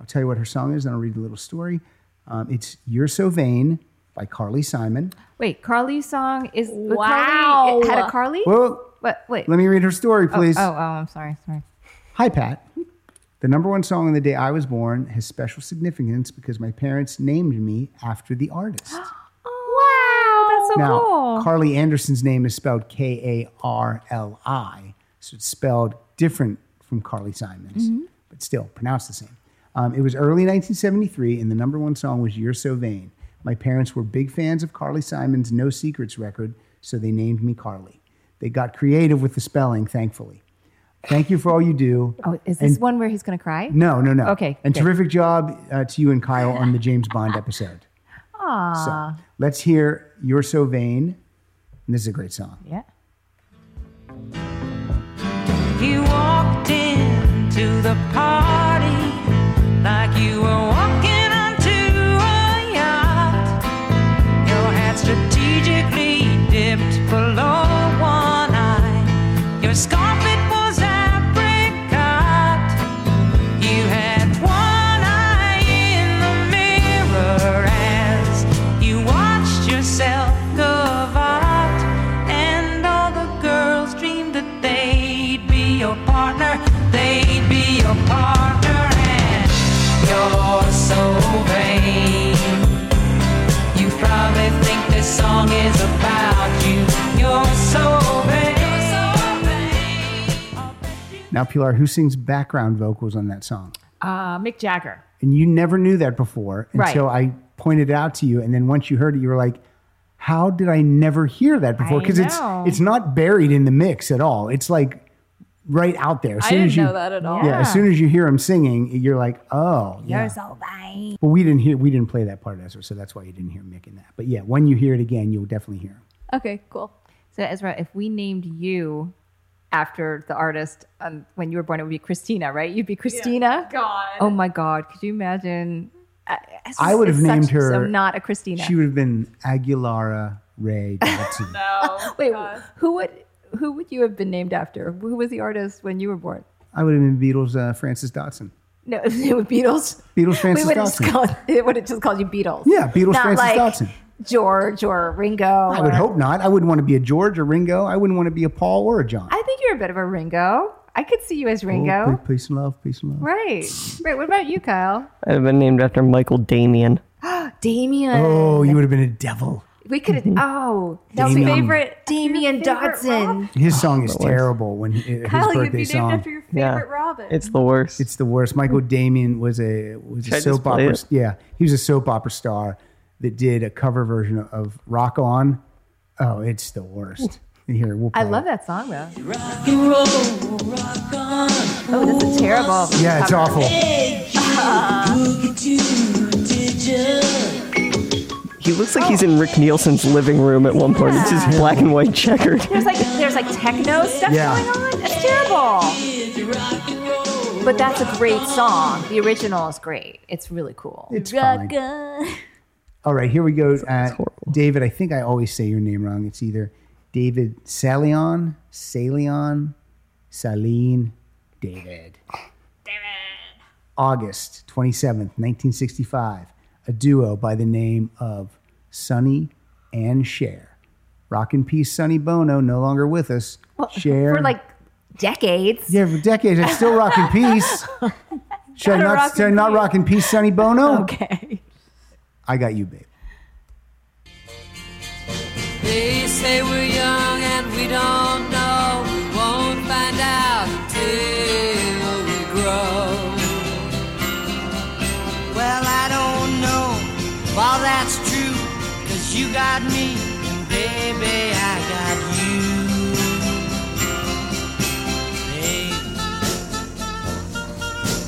S2: I'll tell you what her song is, then I'll read the little story. Um, it's You're So Vain by Carly Simon.
S4: Wait, Carly's song is
S5: Wow.
S4: Carly, it had a Carly.
S2: Whoa.
S4: What? Wait.
S2: Oh, Let me read her story,
S4: Oh,
S2: please.
S4: Oh, oh, I'm sorry, sorry.
S2: Hi, Pat. The number one song on the day I was born has special significance because my parents named me after the artist.
S4: Wow, that's so
S2: now,
S4: cool.
S2: Carly Anderson's name is spelled K A R L I, so it's spelled different from Carly Simon's, but still pronounced the same. Um, it was early 1973, and the number one song was You're So Vain. My parents were big fans of Carly Simon's No Secrets record, so they named me Carly. They got creative with the spelling, thankfully. Thank you for all you do.
S4: Oh, is this
S2: And-
S4: one where he's gonna cry?
S2: No, no, no.
S4: Okay.
S2: And
S4: good. Ah.
S2: terrific job uh, to you and Kyle on the James Bond episode.
S4: Aw.
S2: Let's hear You're So Vain. And this is a great song.
S4: Yeah.
S19: You walked into the party like you were walking onto a yacht. Your hat strategically dipped below one eye. Your scarf it was apricot. You had one eye in the mirror as you watched yourself covet, and all the girls dreamed that they'd be your partner, they'd be your partner, and you're so vain. You probably think this song is about you. You're so vain.
S2: Now, Pilar, who sings background vocals on that song?
S4: Uh, Mick Jagger.
S2: And you never knew that before
S4: Right.
S2: until I pointed it out to you. And then once you heard it, you were like, how did I never hear that before?
S4: I
S2: Because it's
S4: know.
S2: it's not buried in the mix at all. It's like right out there. As
S5: I
S2: soon
S5: didn't
S2: as you,
S5: know that at all.
S2: Yeah,
S4: Ah.
S2: as soon as you hear him singing, you're like, oh, yeah.
S5: You're so vain.
S2: Well, we didn't hear we didn't play that part, Ezra, so that's why you didn't hear Mick in that. But yeah, when you hear it again, you'll definitely hear.
S5: Okay, cool.
S4: So Ezra, if we named you after the artist um, when you were born, it would be Christina, right? You'd be Christina.
S5: God.
S4: Oh my God. Could you imagine? I, it's
S2: I
S4: just-
S2: would have
S4: it's such-
S2: named her.
S4: So not a Christina.
S2: She would have been Aguilera
S4: (laughs)
S2: Ray Dalton.
S4: Wait, who would who would you have been named after? Who was the artist when you were born?
S2: I would have been Beatles uh, Francis Dotson.
S4: No, (laughs) it would Beatles.
S2: Beatles
S4: (laughs)
S2: Francis
S4: we would have just
S2: Dotson.
S4: called (laughs) it would have just called you Beatles.
S2: Yeah, Beatles
S4: not
S2: Francis
S4: like
S2: Dotson.
S4: George or Ringo.
S2: I would
S4: or-
S2: hope not. I wouldn't want to be a George or Ringo. I wouldn't want to be a Paul or a John.
S4: I think you're a bit of a Ringo. I could see you as
S2: Oh,
S4: Ringo.
S2: pe- peace and love, peace and love.
S4: right. Right. What about you, Kyle?
S3: I'd have been named after Michael Damien.
S4: Damien.
S2: Oh, you would have been a devil.
S4: We could have. Oh, that's
S2: Damien.
S4: my favorite. Damien Dodson.
S2: His song is
S3: that was-
S2: terrible when he,
S5: Kyle,
S2: his
S5: you'd be
S2: birthday
S5: named
S2: song.
S5: after your favorite Robin.
S3: It's the worst.
S2: It's the worst. Michael Damian was a was a
S3: Should I just
S2: soap
S3: play
S2: opera.
S3: it?
S2: Yeah, he was a soap opera star that did a cover version of Rock On. Oh, it's the worst. And here we'll play
S4: I
S2: it.
S4: love that song though.
S17: Rock and roll, rock on.
S4: Oh, this is terrible.
S2: (gasps) Yeah, it's awful.
S17: Hey, you, look at you, did ya?
S3: He looks like he's
S5: Oh.
S3: in Rick Nielsen's living room at one point. It's just black and white
S5: (laughs)
S3: checkered.
S4: There's like there's like techno stuff
S3: Yeah.
S4: going on. That's terrible. But that's a great song. The original is great. It's really cool.
S2: It's fine. All right, here we go. Uh, David, I think I always say your name wrong. It's either David Salion, Salion, Saline, David. David. August 27th, 1965. A duo by the name of Sonny and Cher. Rock in peace, Sonny Bono, no longer with us. Cher.
S4: For like decades.
S2: yeah, for decades. It's still rock in peace.
S4: (laughs)
S2: Should
S4: Gotta
S2: I not,
S4: rock
S2: should I
S4: in
S2: not rock in peace, Sonny Bono?
S4: (laughs) Okay.
S2: I got you, babe.
S17: They say we're young and we don't know. We won't find out till we grow. Well,
S14: You got me, and baby, I got you. Hey,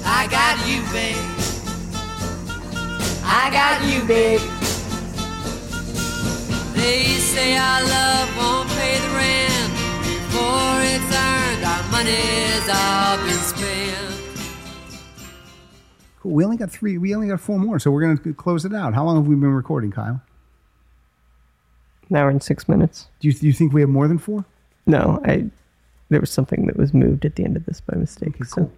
S14: I got you, babe. I got you, babe. They say our love won't pay the rent before it's earned. Our money's all been spent.
S2: Cool. We only got three. We only got four more, so we're gonna close it out. How long have we been recording, Kyle?
S3: An hour and six minutes.
S2: Do you, do you think we have more than four?
S3: No, I. There was something that was moved at the end of this by mistake. so.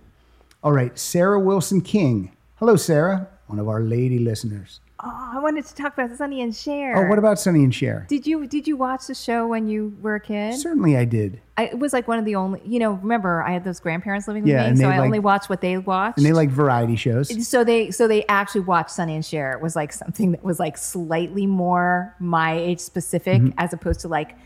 S2: All right, Sarah Wilson King. Hello, Sarah, one of our lady listeners.
S4: Oh, I wanted to talk about Sunny and Cher.
S2: Oh, what about Sonny and Cher?
S4: Did you did you watch the show when you were a kid?
S2: Certainly, I did.
S4: I, it was like one of the only. You know, remember I had those grandparents living
S2: Yeah,
S4: with
S2: and
S4: me, so
S2: they,
S4: I
S2: like-
S4: only watched what they watched.
S2: And they like variety shows.
S4: so they so they actually watched Sunny and Cher. It was like something that was like slightly more my age specific,
S2: Mhm.
S4: as opposed to like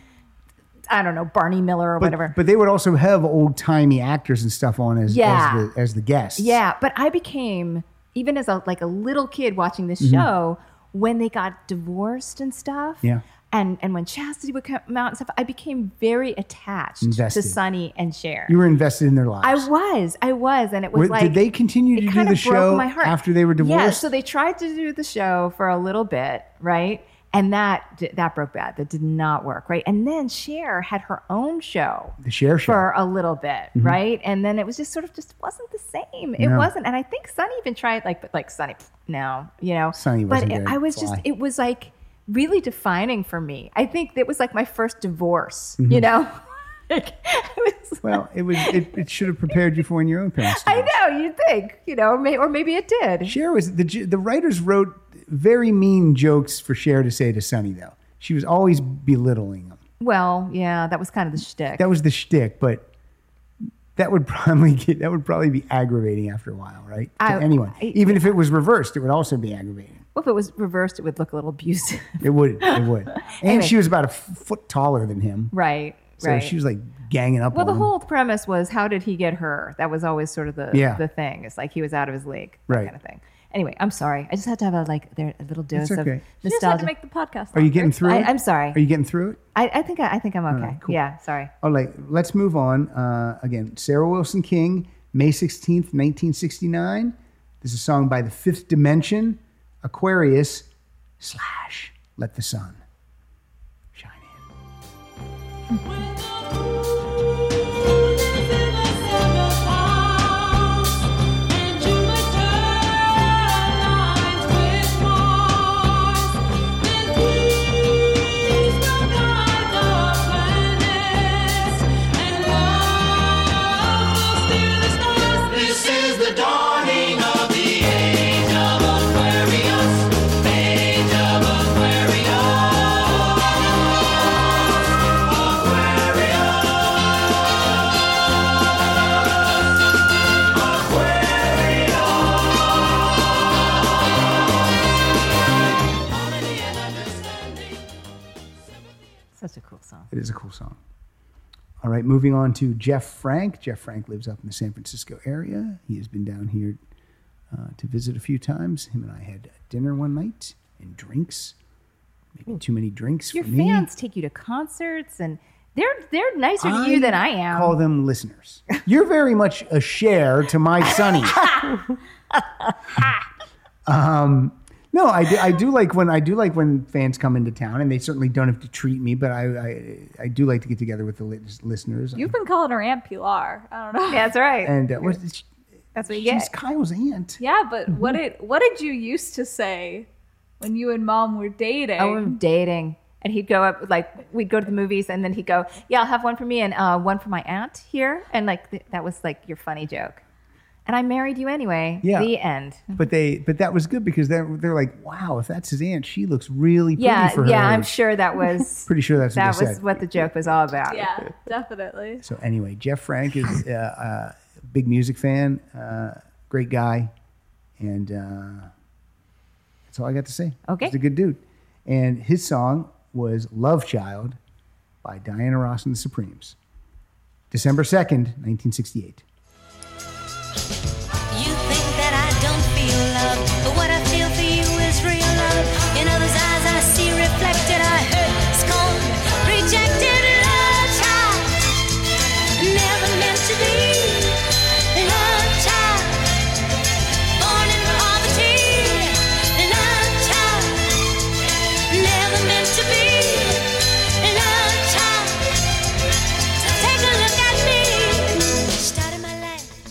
S4: I don't know Barney Miller or
S2: But-
S4: whatever.
S2: But they would also have old timey actors and stuff on as,
S4: Yeah.
S2: as the as the guests.
S4: Yeah, but I became even as a like a little kid watching this
S2: Mhm.
S4: show when they got divorced and stuff.
S2: Yeah.
S4: And and when Chastity would come out and stuff, I became very attached
S2: Invested.
S4: to Sunny and Cher.
S2: You were invested in their lives.
S4: I was, I was, and it was
S2: Were-
S4: like
S2: did they continue to do
S4: kind
S2: the
S4: of
S2: show
S4: broke my heart.
S2: after they were divorced?
S4: Yeah, so they tried to do the show for a little bit, right? And that di- that broke bad. That did not work, right? And then Cher had her own show
S2: the Cher show.
S4: for a little bit,
S2: Mhm.
S4: right? And then it was just sort of just wasn't the same. It
S2: No.
S4: wasn't, and I think Sunny even tried like but like Sunny pff, no, you know,
S2: Sunny
S4: but
S2: wasn't
S4: it-
S2: gonna
S4: I was just
S2: fly.
S4: it was like really defining for me. I think it was like my first divorce, you
S2: Mhm.
S4: know. (laughs)
S2: well, it was it, it should have prepared you for when your own parents.
S4: (laughs) I know you think you know, may, or maybe it did.
S2: Cher was the j- the writers wrote very mean jokes for Cher to say to Sonny though. She was always belittling them.
S4: Well, yeah, that was kind of the shtick.
S2: That was the shtick, but that would (laughs) probably get, that would probably be aggravating after a while, right? To
S4: I-
S2: anyone,
S4: I-
S2: even if it was reversed, it would also be aggravating.
S4: Well, if it was reversed, it would look a little abusive. (laughs)
S2: It would, it would. And
S4: Anyway.
S2: she was about a f- foot taller than him,
S4: right.
S2: so
S4: right.
S2: she was like ganging up.
S4: well,
S2: on
S4: the
S2: him.
S4: whole premise was how did he get her? That was always sort of the
S2: Yeah.
S4: the thing. It's like he was out of his league, that
S2: Right.
S4: kind of thing. Anyway, I'm sorry. I just had to have a like there a little dose
S2: That's okay.
S4: of
S5: She just had
S4: nostalgia.
S5: to make the podcast.
S2: Are you getting through?
S4: I,
S2: it?
S4: I'm sorry.
S2: Are you getting through it?
S4: I, I think I, I think I'm okay.
S2: right, cool.
S4: Yeah, sorry.
S2: All right, let's move on. Uh, again, Sarah Wilson King, May 16th, 1969. This is a song by The Fifth Dimension, Aquarius, slash, Let the Sun.
S11: This is the dawning of the age of Aquarius. Age of
S4: Such a cool song.
S2: It is a cool song. All right, moving on to Jeff Frank. Jeff Frank lives up in the San Francisco area. He has been down here uh, to visit a few times. Him and I had dinner one night and drinks. Maybe too many drinks
S4: Your
S2: for me.
S4: fans take you to concerts, and they're they're nicer to you than I am.
S2: Call them listeners. You're very much a share to my Sonny. um, no, I do, I do like when I do like when fans come into town, and they certainly don't have to treat me, but I I, I do like to get together with the lis- listeners.
S5: You've been calling her Aunt Pilar. I don't know.
S4: Yeah, that's right.
S2: and uh, what's this-
S4: that's what you
S2: she's
S4: get.
S2: Kyle's aunt.
S5: (laughs) Yeah, but
S2: Mm-hmm.
S5: what did what did you used to say when you and mom were dating?
S4: Oh, I'm dating. And he'd go up, like, we'd go to the movies, and then he'd go, Yeah, I'll have one for me and uh, one for my aunt here. And, like, th- that was like your funny joke. And I married you anyway.
S2: Yeah.
S4: The end.
S2: But they but that was good because they're they're like, wow, if that's his aunt, she looks really pretty
S4: Yeah.
S2: for her.
S4: Yeah. I'm
S2: age."
S4: sure that (laughs) was,
S2: Pretty sure that's
S4: that
S2: what they
S4: was
S2: said.
S4: what the joke was all about.
S5: yeah, definitely.
S2: So anyway, Jeff Frank
S4: (laughs)
S2: is uh, uh, a big music fan, uh, great guy, and uh, that's all I got to say.
S4: Okay.
S2: he's a good dude, and his song was "Love Child" by Diana Ross and the Supremes, December second, nineteen sixty-eight.
S21: You think that I don't feel love, but what I feel for you is real love. In others' eyes, I see reflected a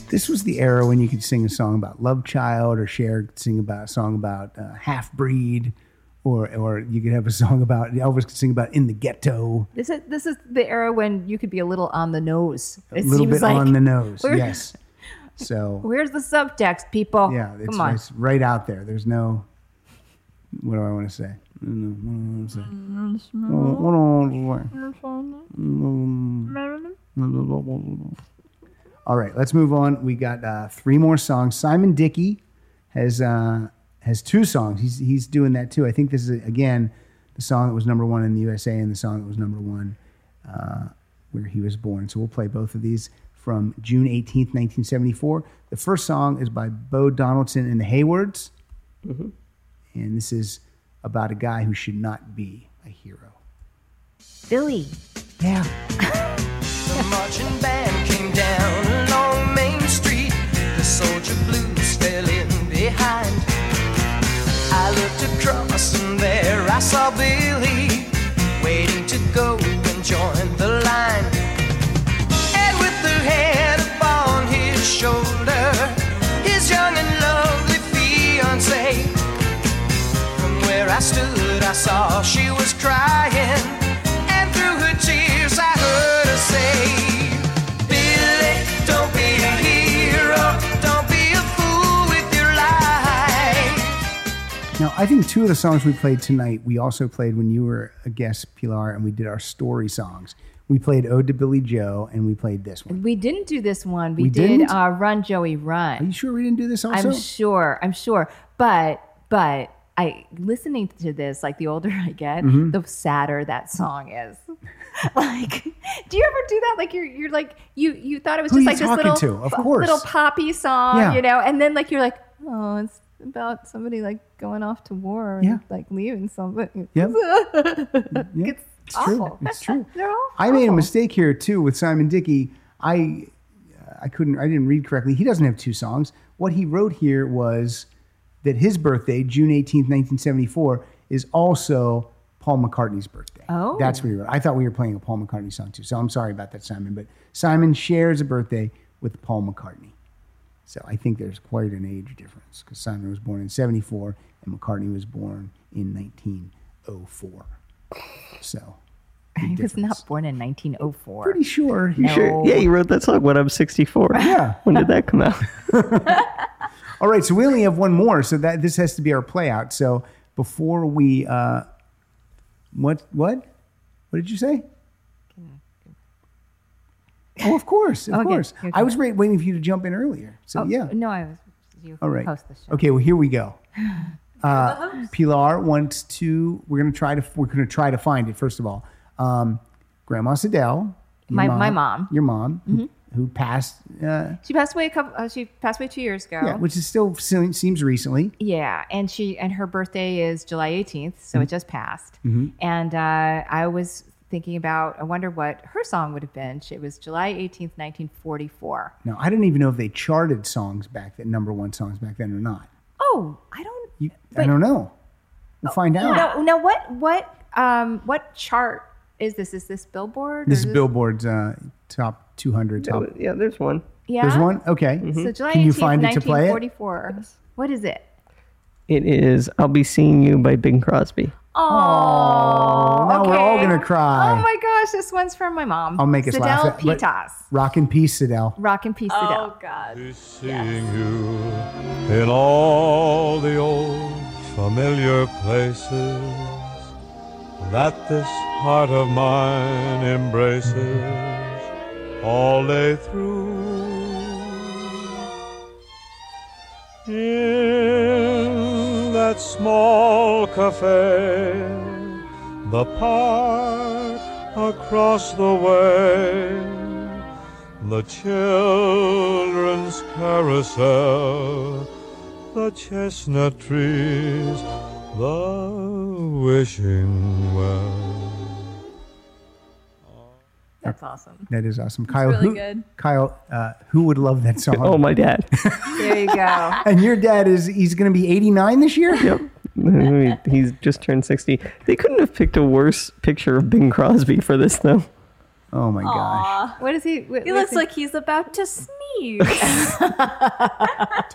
S2: this was the era when you could sing a song about love child or share sing about a song about uh, half breed or or you could have a song about Elvis could sing about in the ghetto
S4: This is this is the era when you could be a little on the nose.
S2: a little bit on the nose
S4: Where- (laughs)
S2: yes so
S4: Where's the subtext, people?
S2: yeah it's,
S4: come on.
S2: it's right out there there's no what do I want to say I don't know. what do I want to say what do I want to say All right, let's move on. We got uh, three more songs. Simon Dickey has uh, has two songs. He's he's doing that too. I think this is again the song that was number one in the USA and the song that was number one uh, where he was born. So we'll play both of these from June eighteenth, nineteen seventy four. The first song is by Bo Donaldson and the Haywards, and this is about a guy who should not be a hero.
S4: Billy.
S2: Yeah.
S12: The marching band came down along Main Street. The soldier blues fell in behind. I looked across and there I saw Billy waiting to go and join the line. And with her head upon his shoulder, his young and lovely fiancee. From where I stood, I saw she was crying. And through her tears, I heard her say, Billy, don't be a hero. Don't be a fool with your life.
S2: Now, I think two of the songs we played tonight, we also played when you were a guest, Pilar, and we did our story songs. We played Ode to Billy Joe, and we played this one.
S4: We didn't do this one. We,
S2: We
S4: did
S2: didn't?
S4: uh, Run Joey Run. Are you
S2: sure we didn't do this also?
S4: I'm sure. I'm sure. But but I listening to this, like the older (laughs) I get,
S21: Mhm.
S4: the sadder that song is. (laughs) like, do you ever do that? Like you're you're like you you thought it was
S21: Who
S4: just
S21: you
S4: like this
S21: talking
S4: little
S21: to? Of
S4: f-
S21: course.
S4: little poppy song,
S21: Yeah.
S4: you know, and then like you're like, oh, it's about somebody like going off to war and like leaving (laughs) something.
S2: Yep.
S4: it's,
S2: It's
S4: awful.
S2: true. It's
S4: (laughs)
S2: true.
S4: They're awful.
S2: I made a mistake here too with Simon Dickey. I I couldn't I didn't read correctly. He doesn't have two songs. What he wrote here was that his birthday, June 18th, 1974, is also Paul McCartney's birthday.
S4: Oh.
S2: That's what he wrote. I thought we were playing a Paul McCartney song too. So I'm sorry about that, Simon. But Simon shares a birthday with Paul McCartney. So I think there's quite an age difference because Simon was born in 74 and McCartney was born in 1904. So
S4: I was not born in 1904.
S2: Pretty sure.
S3: You sure? Yeah, you wrote that song when I'm 64.
S2: Yeah.
S3: When did that come out?
S2: All right, so we only have one more, so that this has to be our play out. So before we, uh, what what what did you say? Oh, of course, of
S4: Okay,
S2: course.
S4: okay.
S2: I was wait, waiting for you to jump in earlier. So
S4: Oh,
S2: yeah,
S4: No, I was. You
S2: all right.
S4: Host the show.
S2: Okay, well here we
S4: (laughs)
S2: go.
S4: the
S2: Uh,
S4: host.
S2: Pilar wants to. We're gonna try to. We're gonna try to find it first of all. Um, Grandma Siddell, your
S4: My- my mom. Mm-hmm.
S2: your mom, who passed. Uh,
S4: She passed away a couple. Uh, she passed away two years ago.
S2: yeah, which is still se- seems recently.
S4: Yeah, and she and her birthday is July 18th, so
S2: Mm-hmm.
S4: it just passed.
S2: Mhm.
S4: And uh, I was thinking about. I wonder what her song would have been. She- It was July 18th, 1944.
S2: Now, I don't even know if they charted songs back then, number one songs back then or not.
S4: Oh, I don't
S2: You, I don't know. We'll find out.
S4: know. Now, what what um what chart is this? Is this Billboard? or
S2: This is Billboard's uh, top 200. Top.
S3: (laughs) Yeah, there's one.
S4: Yeah.
S2: There's one? Okay.
S4: So July 18th,
S2: Can you find it to play it?
S4: 1944. What is it?
S3: It is I'll Be Seeing You by Bing Crosby.
S4: Oh,
S2: now we're all
S4: okay.
S2: gonna cry.
S4: Oh my gosh, this one's from my mom.
S2: I'll make us
S4: Sidel
S2: laugh. But-
S4: Pitas.
S2: Rock and peace, Sidel.
S4: Rock and Peace Sidel.
S5: Oh,
S22: Seeing you in all the old familiar places that this heart of mine embraces all day through. In that small cafe, the park across the way, the children's carousel, the chestnut trees, the wishing well.
S4: That's awesome.
S2: That is awesome. Kyle,
S4: really
S2: who,
S4: good.
S2: Kyle uh, who would love that song?
S3: Oh, my dad. (laughs)
S4: There you go.
S2: and your dad is, he's going to be 89 this year?
S3: Yep. (laughs) He's just turned 60. They couldn't have picked a worse picture of Bing Crosby for this, though.
S2: Oh my gosh.
S4: What is he?
S5: he looks like he's about to
S2: (laughs)
S5: sneeze.
S21: Tell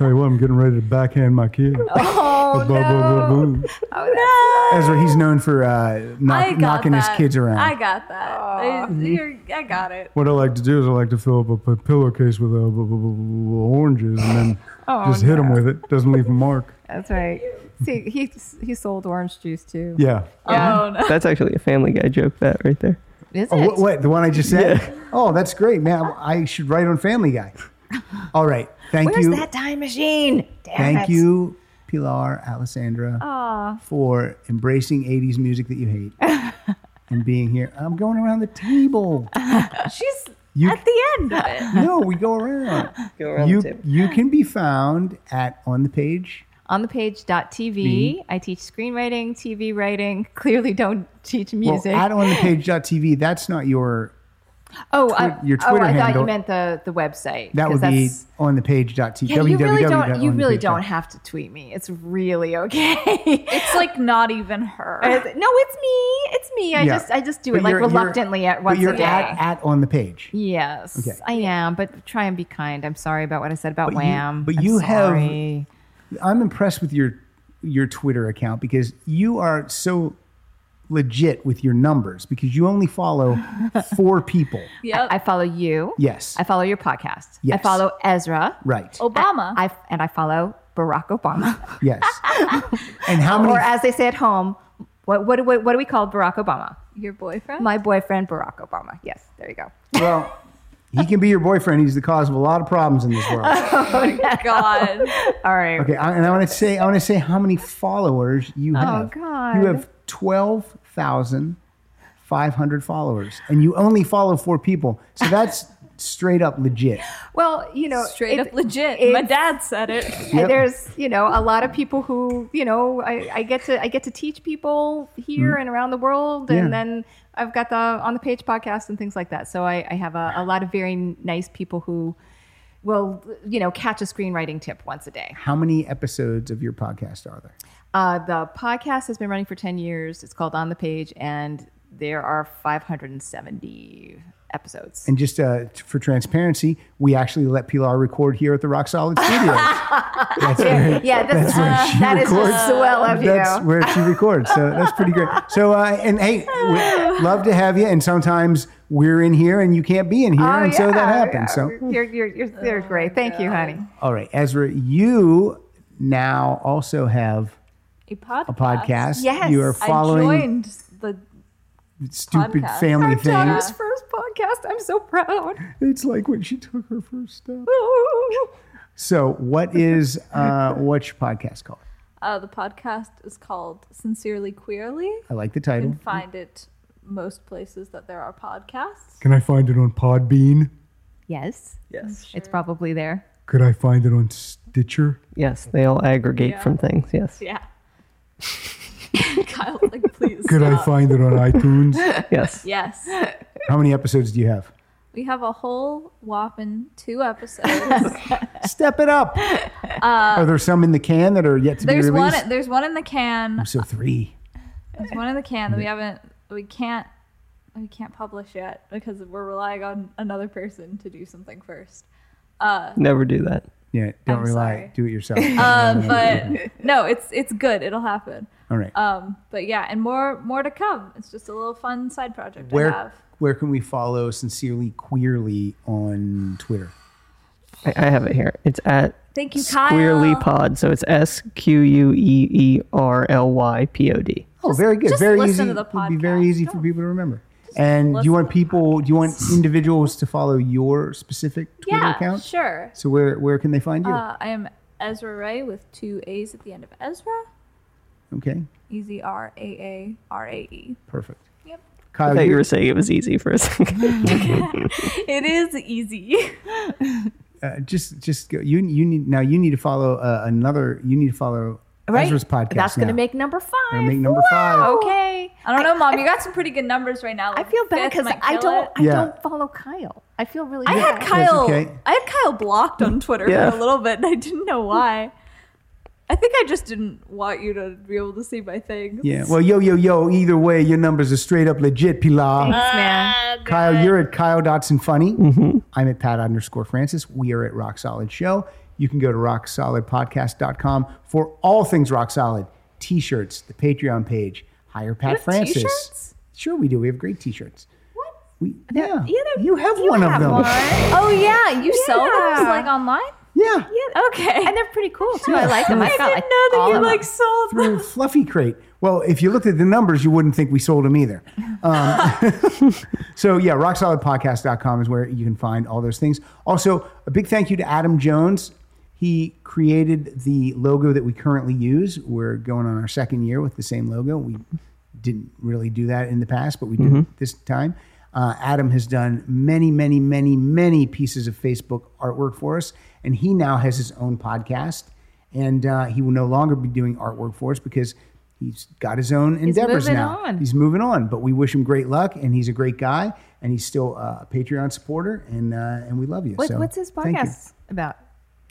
S21: you what, I'm getting ready to backhand my kid.
S5: oh
S21: Boom, boom, boom, boom.
S4: Oh,
S2: (laughs) Ezra, he's known for uh,
S5: I
S2: knock,
S5: got
S2: knocking
S5: that.
S2: his kids around.
S5: I got that. I, you're- I got it.
S21: What I like to do is I like to fill up a p- pillowcase with uh, b- b- b- oranges and then
S4: Oh,
S21: just hit him
S4: no.
S21: with it. Doesn't leave a mark.
S4: That's right. See, he he sold orange juice too.
S21: Yeah.
S4: Yeah.
S3: That's actually a Family Guy joke, that right there.
S4: Is
S2: Oh,
S4: it?
S2: what, what? The one I just said? Oh, that's great, man. I should write on Family
S4: (laughs)
S2: Guy. All right. Thank
S4: Where's
S2: you.
S4: that time machine? Damn
S2: Thank
S4: it.
S2: you, Pilar Alessandra,
S4: Aw.
S2: for embracing 80s music that you hate
S4: (laughs)
S2: and being here. I'm going around the table.
S5: She's
S2: You-
S5: at the end of it.
S2: (laughs) No, we go around.
S3: Go
S2: you, you can be found at on the page.
S4: On the page.tv,
S2: Me.
S4: I teach screenwriting, TV writing. Clearly, don't teach music.
S2: Well, at on the page.tv. That's not your,
S4: Oh, I,
S2: Twi- your
S4: oh,
S2: Twitter
S4: I thought
S2: handle.
S4: you meant the, the website.
S2: that
S4: 'cause
S2: would be
S4: that's-
S2: on the page.tv.
S4: Yeah, you really don't.
S2: www.onthepage.tv.
S4: You really don't have to tweet me. It's really okay.
S5: It's like not even her.
S4: (laughs) no, it's me. It's me. I
S2: Yeah.
S4: just I just do it
S2: But
S4: like
S2: you're- you're-
S4: reluctantly at once
S2: but you're
S4: a day.
S2: At, at on the page.
S4: yes,
S2: Okay.
S4: I am. But try and be kind. I'm sorry about what I said about
S2: But you-
S4: Wham.
S2: but
S4: I'm
S2: you have-
S4: sorry.
S2: I'm impressed with your your Twitter account because you are so legit with your numbers because you only
S4: (laughs)
S2: follow four people.
S4: Yep. I, I follow you.
S2: Yes.
S4: I follow your podcast. I
S2: Yes.
S4: follow Ezra.
S2: Right.
S4: Obama. I, and I follow Barack
S2: (laughs)
S4: Obama. (laughs)
S2: Yes. and how many
S4: Or as they say at home, what what do we, what do we call Barack Obama?
S5: Your boyfriend?
S4: My boyfriend Barack Obama. Yes, there you go.
S2: well he can be your boyfriend. He's the cause of a lot of problems in this world.
S4: Oh (laughs)
S5: God.
S4: All right.
S2: Okay, I, and I want to say I want to say how many followers you
S4: Oh,
S2: have.
S4: God.
S2: You have twelve thousand five hundred followers, and you only follow four people. So that's straight up legit.
S4: Well, you know,
S5: Straight
S4: it-
S5: up legit.
S4: it's-
S5: My dad said it.
S4: And there's, you know, a lot of people who, you know, I, I get to I get to teach people here
S2: Mm-hmm.
S5: Mm.
S4: and around the world,
S5: Yeah.
S4: and then I've got the on the page podcast and things like that. So I, I have a, a lot of very nice people who will, you know, catch a screenwriting tip once a day.
S2: How many episodes of your podcast are there?
S4: Uh, the podcast has been running for ten years. It's called On the Page, and there are 570 episodes.
S2: And just uh, t- for transparency, we actually let Pilar record here at the Rock Solid Studios. that's
S4: Yeah, yeah, that's- that is just swell of you.
S2: That's where she records. So that's pretty great. So uh, and hey, we love to have you. And sometimes we're in here and you can't be in here,
S4: Oh,
S2: and so that
S4: yeah,
S2: happens. So
S4: You're you're you're, you're great. Thank you, honey.
S2: all right, Ezra, you now also have
S5: A podcast.
S2: A podcast. Yes. You are following-
S5: I joined the
S2: stupid
S5: podcast.
S2: family things.
S4: daughter's first podcast. I'm so proud.
S2: It's like when she took her first step. So what is uh, what's your podcast called?
S5: Uh, the podcast is called Sincerely Queerly.
S2: I like the
S5: You
S2: title.
S5: can find it most places that there are podcasts.
S21: Can I find it on Podbean?
S4: (laughs) Yes. Yes. It's probably there.
S21: Could I find it on Stitcher?
S3: Yes, they all aggregate from things. Yes.
S5: Yeah. (laughs) Kyle, like, please.
S21: Could I
S5: stop.
S21: find
S2: (laughs)
S21: it on iTunes?
S5: Yes.
S2: How many episodes do you have?
S5: We have a whole whopping two
S2: (laughs)
S5: episodes.
S2: Step it up.
S5: (laughs) Uh,
S2: are there some in the can that are yet to be
S5: there's
S2: released?
S5: one. There's one in the can.
S2: (laughs) I'm so three.
S5: There's one in the can that we haven't. We can't. We can't publish yet because we're relying on another person to do something
S2: (laughs)
S5: first. Uh,
S3: Never do that.
S2: Yeah, don't rely. Do it yourself.
S5: (laughs)
S2: Um,
S5: uh, but no, it's it's good. It'll happen.
S2: All right.
S5: Um, but yeah, and more more to come. It's just a little fun side project I
S2: where
S5: have.
S2: where can we follow sincerely queerly on Twitter?
S3: I, I have it here. It's at
S5: Thank you, Kyle.
S3: Squeerly Pod. So it's S Q U E E R L Y P O D.
S2: Oh, very good.
S5: just
S2: very
S5: listen to
S2: easy.
S5: the
S2: It would be very easy for people to remember. And do
S5: listen
S2: you want people? Do you want individuals to follow your specific Twitter
S5: yeah,
S2: account?
S5: sure.
S2: So where where can they find you?
S5: Uh, I am Ezra Ray with two A's at the end of Ezra.
S2: okay,
S5: E Z R A A R A E.
S2: perfect.
S5: Yep.
S3: I
S2: Kyle,
S3: thought you
S2: you-
S3: were saying it was easy for a second.
S5: It is easy.
S2: Uh, just just go. You you need now. You need to follow uh, another. You need to follow
S4: Right.
S2: Ezra's podcast.
S4: That's going to
S2: now.
S4: make number five.
S2: That'll make number five.
S4: Wow. Okay.
S5: (laughs) I don't know, Mom. you got some pretty good numbers right now. I feel
S4: bad 'cause I don't- I
S2: Yeah.
S4: don't follow Kyle. I feel really.
S5: I had
S4: bad.
S5: Kyle.
S2: okay.
S5: I had Kyle blocked on Twitter (laughs)
S2: Yeah.
S5: for a little bit, and I didn't know why. I think I just didn't want you to be able to see my thing.
S2: Yeah. Well, yo, yo, yo. Either way, your numbers are straight up legit, Pilar.
S5: Thanks, man.
S2: Kyle, you're at Kyle Dotson Funny. I'm at Pat underscore Francis. We are at Rock Solid Show. You can go to rocksolidpodcast.com for all things rock solid t shirts, the Patreon page, hire Pat
S4: have
S2: Francis.
S4: t-shirts?
S2: Sure, we do. We have great t shirts. What? We, yeah.
S4: you
S2: have one of them. (laughs)
S4: Oh yeah, you
S5: sell those, like,
S4: online?
S2: Yeah.
S4: Yeah. Okay. And they're pretty cool too. I
S2: Yeah,
S4: like them.
S2: sure.
S4: I've got, like, all of them.
S5: sold (laughs)
S2: through Fluffy Crate. Well, if you looked at the numbers, you wouldn't think we sold them either. Um, so, yeah, rocksolidpodcast.com is where you can find all those things. Also, a big thank you to Adam Jones. He created the logo that we currently use. We're going on our second year with the same logo. We didn't really do that in the past, but we did
S3: Mhm.
S2: this time. Uh, Adam has done many, many, many, many pieces of Facebook artwork for us, and he now has his own podcast. And uh, he will no longer be doing artwork for us because he's got his own endeavors
S4: moving
S2: now.
S4: on.
S2: He's moving on, but we wish him great luck, and he's a great guy, and he's still uh, a Patreon supporter, and uh, and we love you.
S4: What,
S2: so
S4: what's his
S2: thank you.
S4: podcast about?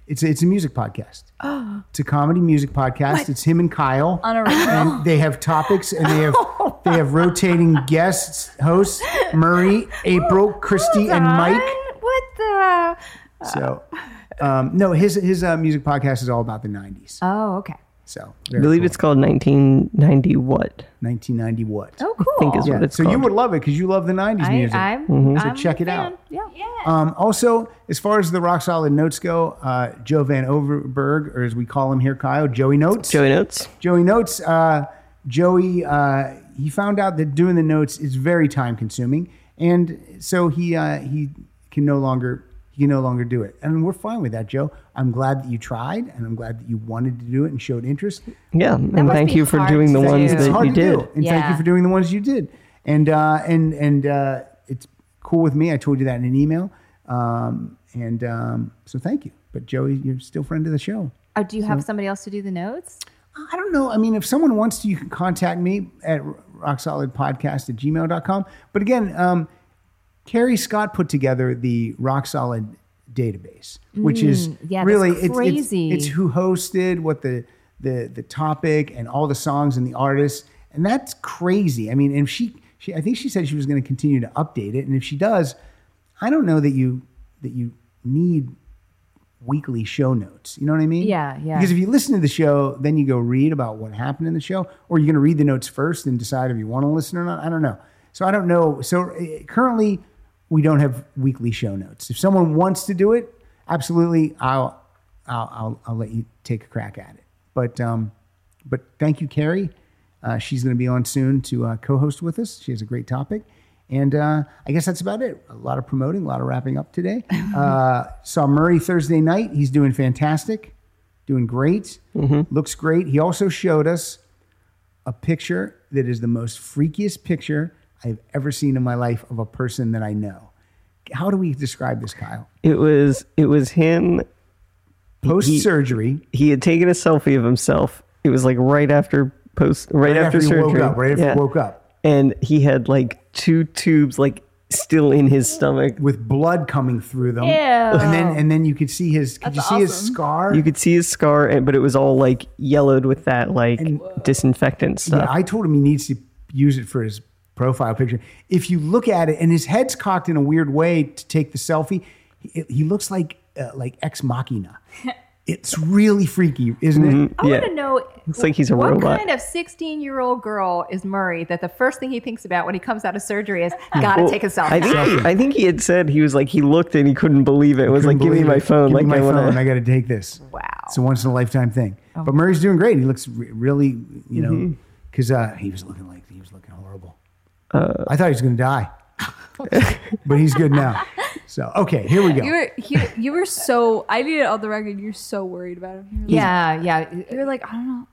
S2: It's a, it's a music podcast.
S4: (gasps) Oh,
S2: It's a comedy music podcast. It's him and Kyle.
S5: Unoriginal.
S2: And they have topics
S4: (laughs)
S2: and they have
S4: Oh
S2: they have rotating guests, hosts, Murray, April, Christy, and Mike.
S4: what the?
S2: So um, no, his his uh, music podcast is all about the nineties.
S4: Oh, okay.
S2: So
S3: I
S2: very
S3: believe
S2: cool.
S3: it's called 1990 what?
S2: 1990 what?
S4: Oh,
S3: I think is what it's
S2: so
S3: called.
S2: you would love it because you love the nineties
S4: I,
S2: music. Mm-hmm.
S4: I'm,
S2: so
S4: I'm
S2: check
S4: a
S2: it
S4: fan.
S2: out.
S4: Yeah.
S2: Um, also, as far as the rock solid notes go, uh, Joe Van Overberg, or as we call him here, Kyle, Joey Notes.
S3: Joey Notes.
S2: Joey Notes. Uh, Joey, uh, he found out that doing the notes is very time consuming, and so he uh, he can no longer he can no longer do it. And we're fine with that, Joe. I'm glad that you tried, and I'm glad that you wanted to do it and showed interest.
S3: Yeah, and
S2: must
S3: thank
S2: be
S3: you for
S2: hard
S3: doing the
S2: to
S3: ones
S2: do. It's
S3: that
S2: hard
S3: you
S2: to do,
S3: did.
S2: and thank you for doing the ones you did. And uh, and and uh, it's cool with me. I told you that in an email, um, and um, so thank you. But Joey, you're still friend of the show.
S4: Oh, do you have
S2: So-
S4: somebody else to do the notes?
S2: I don't know. I mean, if someone wants to, you can contact me at rocksolidpodcast at gmail.com. But again, um, Carrie Scott put together the Rock Solid database, which is
S4: Mm, yeah, that's
S2: really it's- it's-
S4: crazy.
S2: It's, who hosted, what the the the topic, and all the songs and the artists, and that's crazy. I mean, and she she I think she said she was going to continue to update it, and if she does, I don't know that you that you need weekly show notes. You know what I mean?
S4: Yeah, yeah.
S2: Because if you listen to the show, then you go read about what happened in the show, or you're going to read the notes first and decide if you want to listen or not. I don't know. So I don't know. So uh, currently, we don't have weekly show notes. If someone wants to do it, absolutely, I'll I'll I'll, I'll let you take a crack at it. But um, but thank you, Carrie. Uh, she's going to be on soon to uh, co-host with us. She has a great topic. And uh, I guess that's about it. A lot of promoting, a lot of wrapping up today. Uh, saw Murray Thursday night. He's doing fantastic, doing great,
S3: Mm-hmm.
S2: looks great. He also showed us a picture that is the most freakiest picture I've ever seen in my life of a person that I know. How do we describe this, Kyle?
S3: It was it was him
S2: Post surgery.
S3: He, had taken a selfie of himself. It was like right after post right, after,
S2: he woke
S3: surgery.
S2: up, right after
S3: Yeah.
S2: he woke up,
S3: And he had like two tubes like still in his stomach
S2: with blood coming through them.
S3: Ew.
S2: And then and then you could see his. Could you see his scar?
S3: You could see his scar, and- but it was all like yellowed with that like disinfectant
S2: Yeah,
S3: stuff.
S2: I told him he needs to use it for his profile picture. If you look at it, and his head's cocked in a weird way to take the selfie, he, he looks like uh, like ex
S3: (laughs)
S2: machina. it's really freaky, isn't
S3: Mm-hmm.
S2: it?
S4: I want to know.
S2: Looks like he's a
S4: what
S2: robot.
S4: kind of sixteen-year-old girl is Murray that the first thing he thinks about when he comes out of surgery is
S2: Hmm.
S4: gotta
S3: Well,
S4: take a selfie?
S3: I think, he, I think he had said he was like he looked and he couldn't believe it. It was like, give me my phone.
S2: Give
S3: like
S2: me my
S3: I
S2: phone. I
S3: want
S2: got to take
S3: (laughs)
S2: this.
S4: Wow.
S2: It's a once in a lifetime thing.
S3: Oh
S2: but Murray's doing great. He looks re- really, you know,
S3: Mhm.
S2: because uh, he was looking like he was looking horrible.
S3: Uh.
S2: I thought he was going to
S3: (laughs)
S2: die, but he's good now. So okay, here we go.
S5: You were you, you were so I need it on the record. You're so worried about him. You were like-
S4: Yeah, yeah.
S5: You're like I don't know.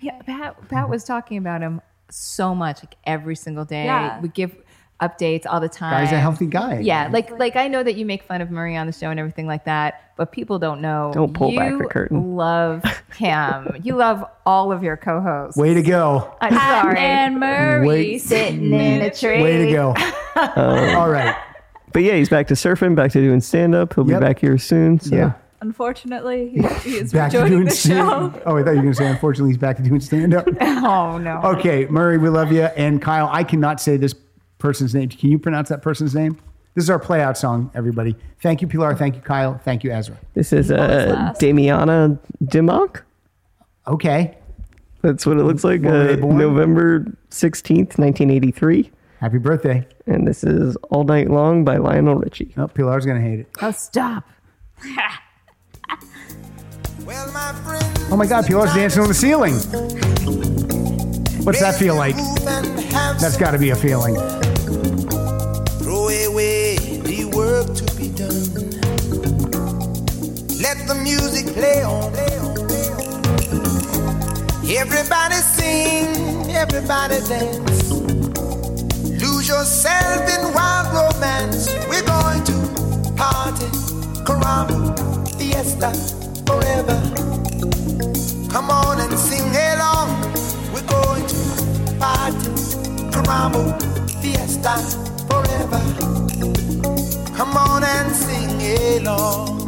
S4: Yeah, Pat, Pat was talking about him so much, like every single day.
S5: Yeah.
S4: We give updates all the time.
S2: Guy's a healthy guy.
S4: Yeah, like like I know that you make fun of Murray on the show and everything like that, but people don't know.
S2: Don't pull back
S4: you
S2: the curtain.
S4: Love Cam. you love all of your co-hosts.
S2: Way to go.
S4: I'm sorry.
S5: and Murray
S2: Wait.
S4: sitting in a tree. (laughs)
S2: Way to go.
S3: Um,
S2: All right.
S3: But yeah, he's back to surfing, back to doing stand up. He'll be back here soon. So.
S2: Yeah.
S5: Unfortunately, he, he is
S2: back to
S5: rejoining
S2: doing
S5: the show.
S2: stand- Oh, I thought you were going to say, unfortunately, he's back to doing stand up.
S4: Oh no.
S2: Okay, Murray, we love you. And Kyle, I cannot say this person's name. Can you pronounce that person's name? This is our playout song, everybody. Thank you, Pilar. Thank you, Kyle. Thank you, Ezra.
S3: This is uh, Damiana Dimok.
S2: Okay.
S3: That's what it looks like.
S2: When were they
S3: Uh,
S2: born?
S3: November 16th, 1983.
S2: Happy birthday.
S3: And this is All Night Long by Lionel Richie.
S2: Oh, Pilar's going to hate it.
S4: Oh, stop.
S2: Oh my God, Pilar's dancing on the ceiling. What's that feel like? That's got to be a feeling.
S12: Throw away the work to be done. Let the music play on. Everybody sing, everybody dance. Lose yourself in wild romance. We're going to party, caramba, fiesta, forever. Come on and sing along. We're going to party, caramba, fiesta, forever. Come on and sing along.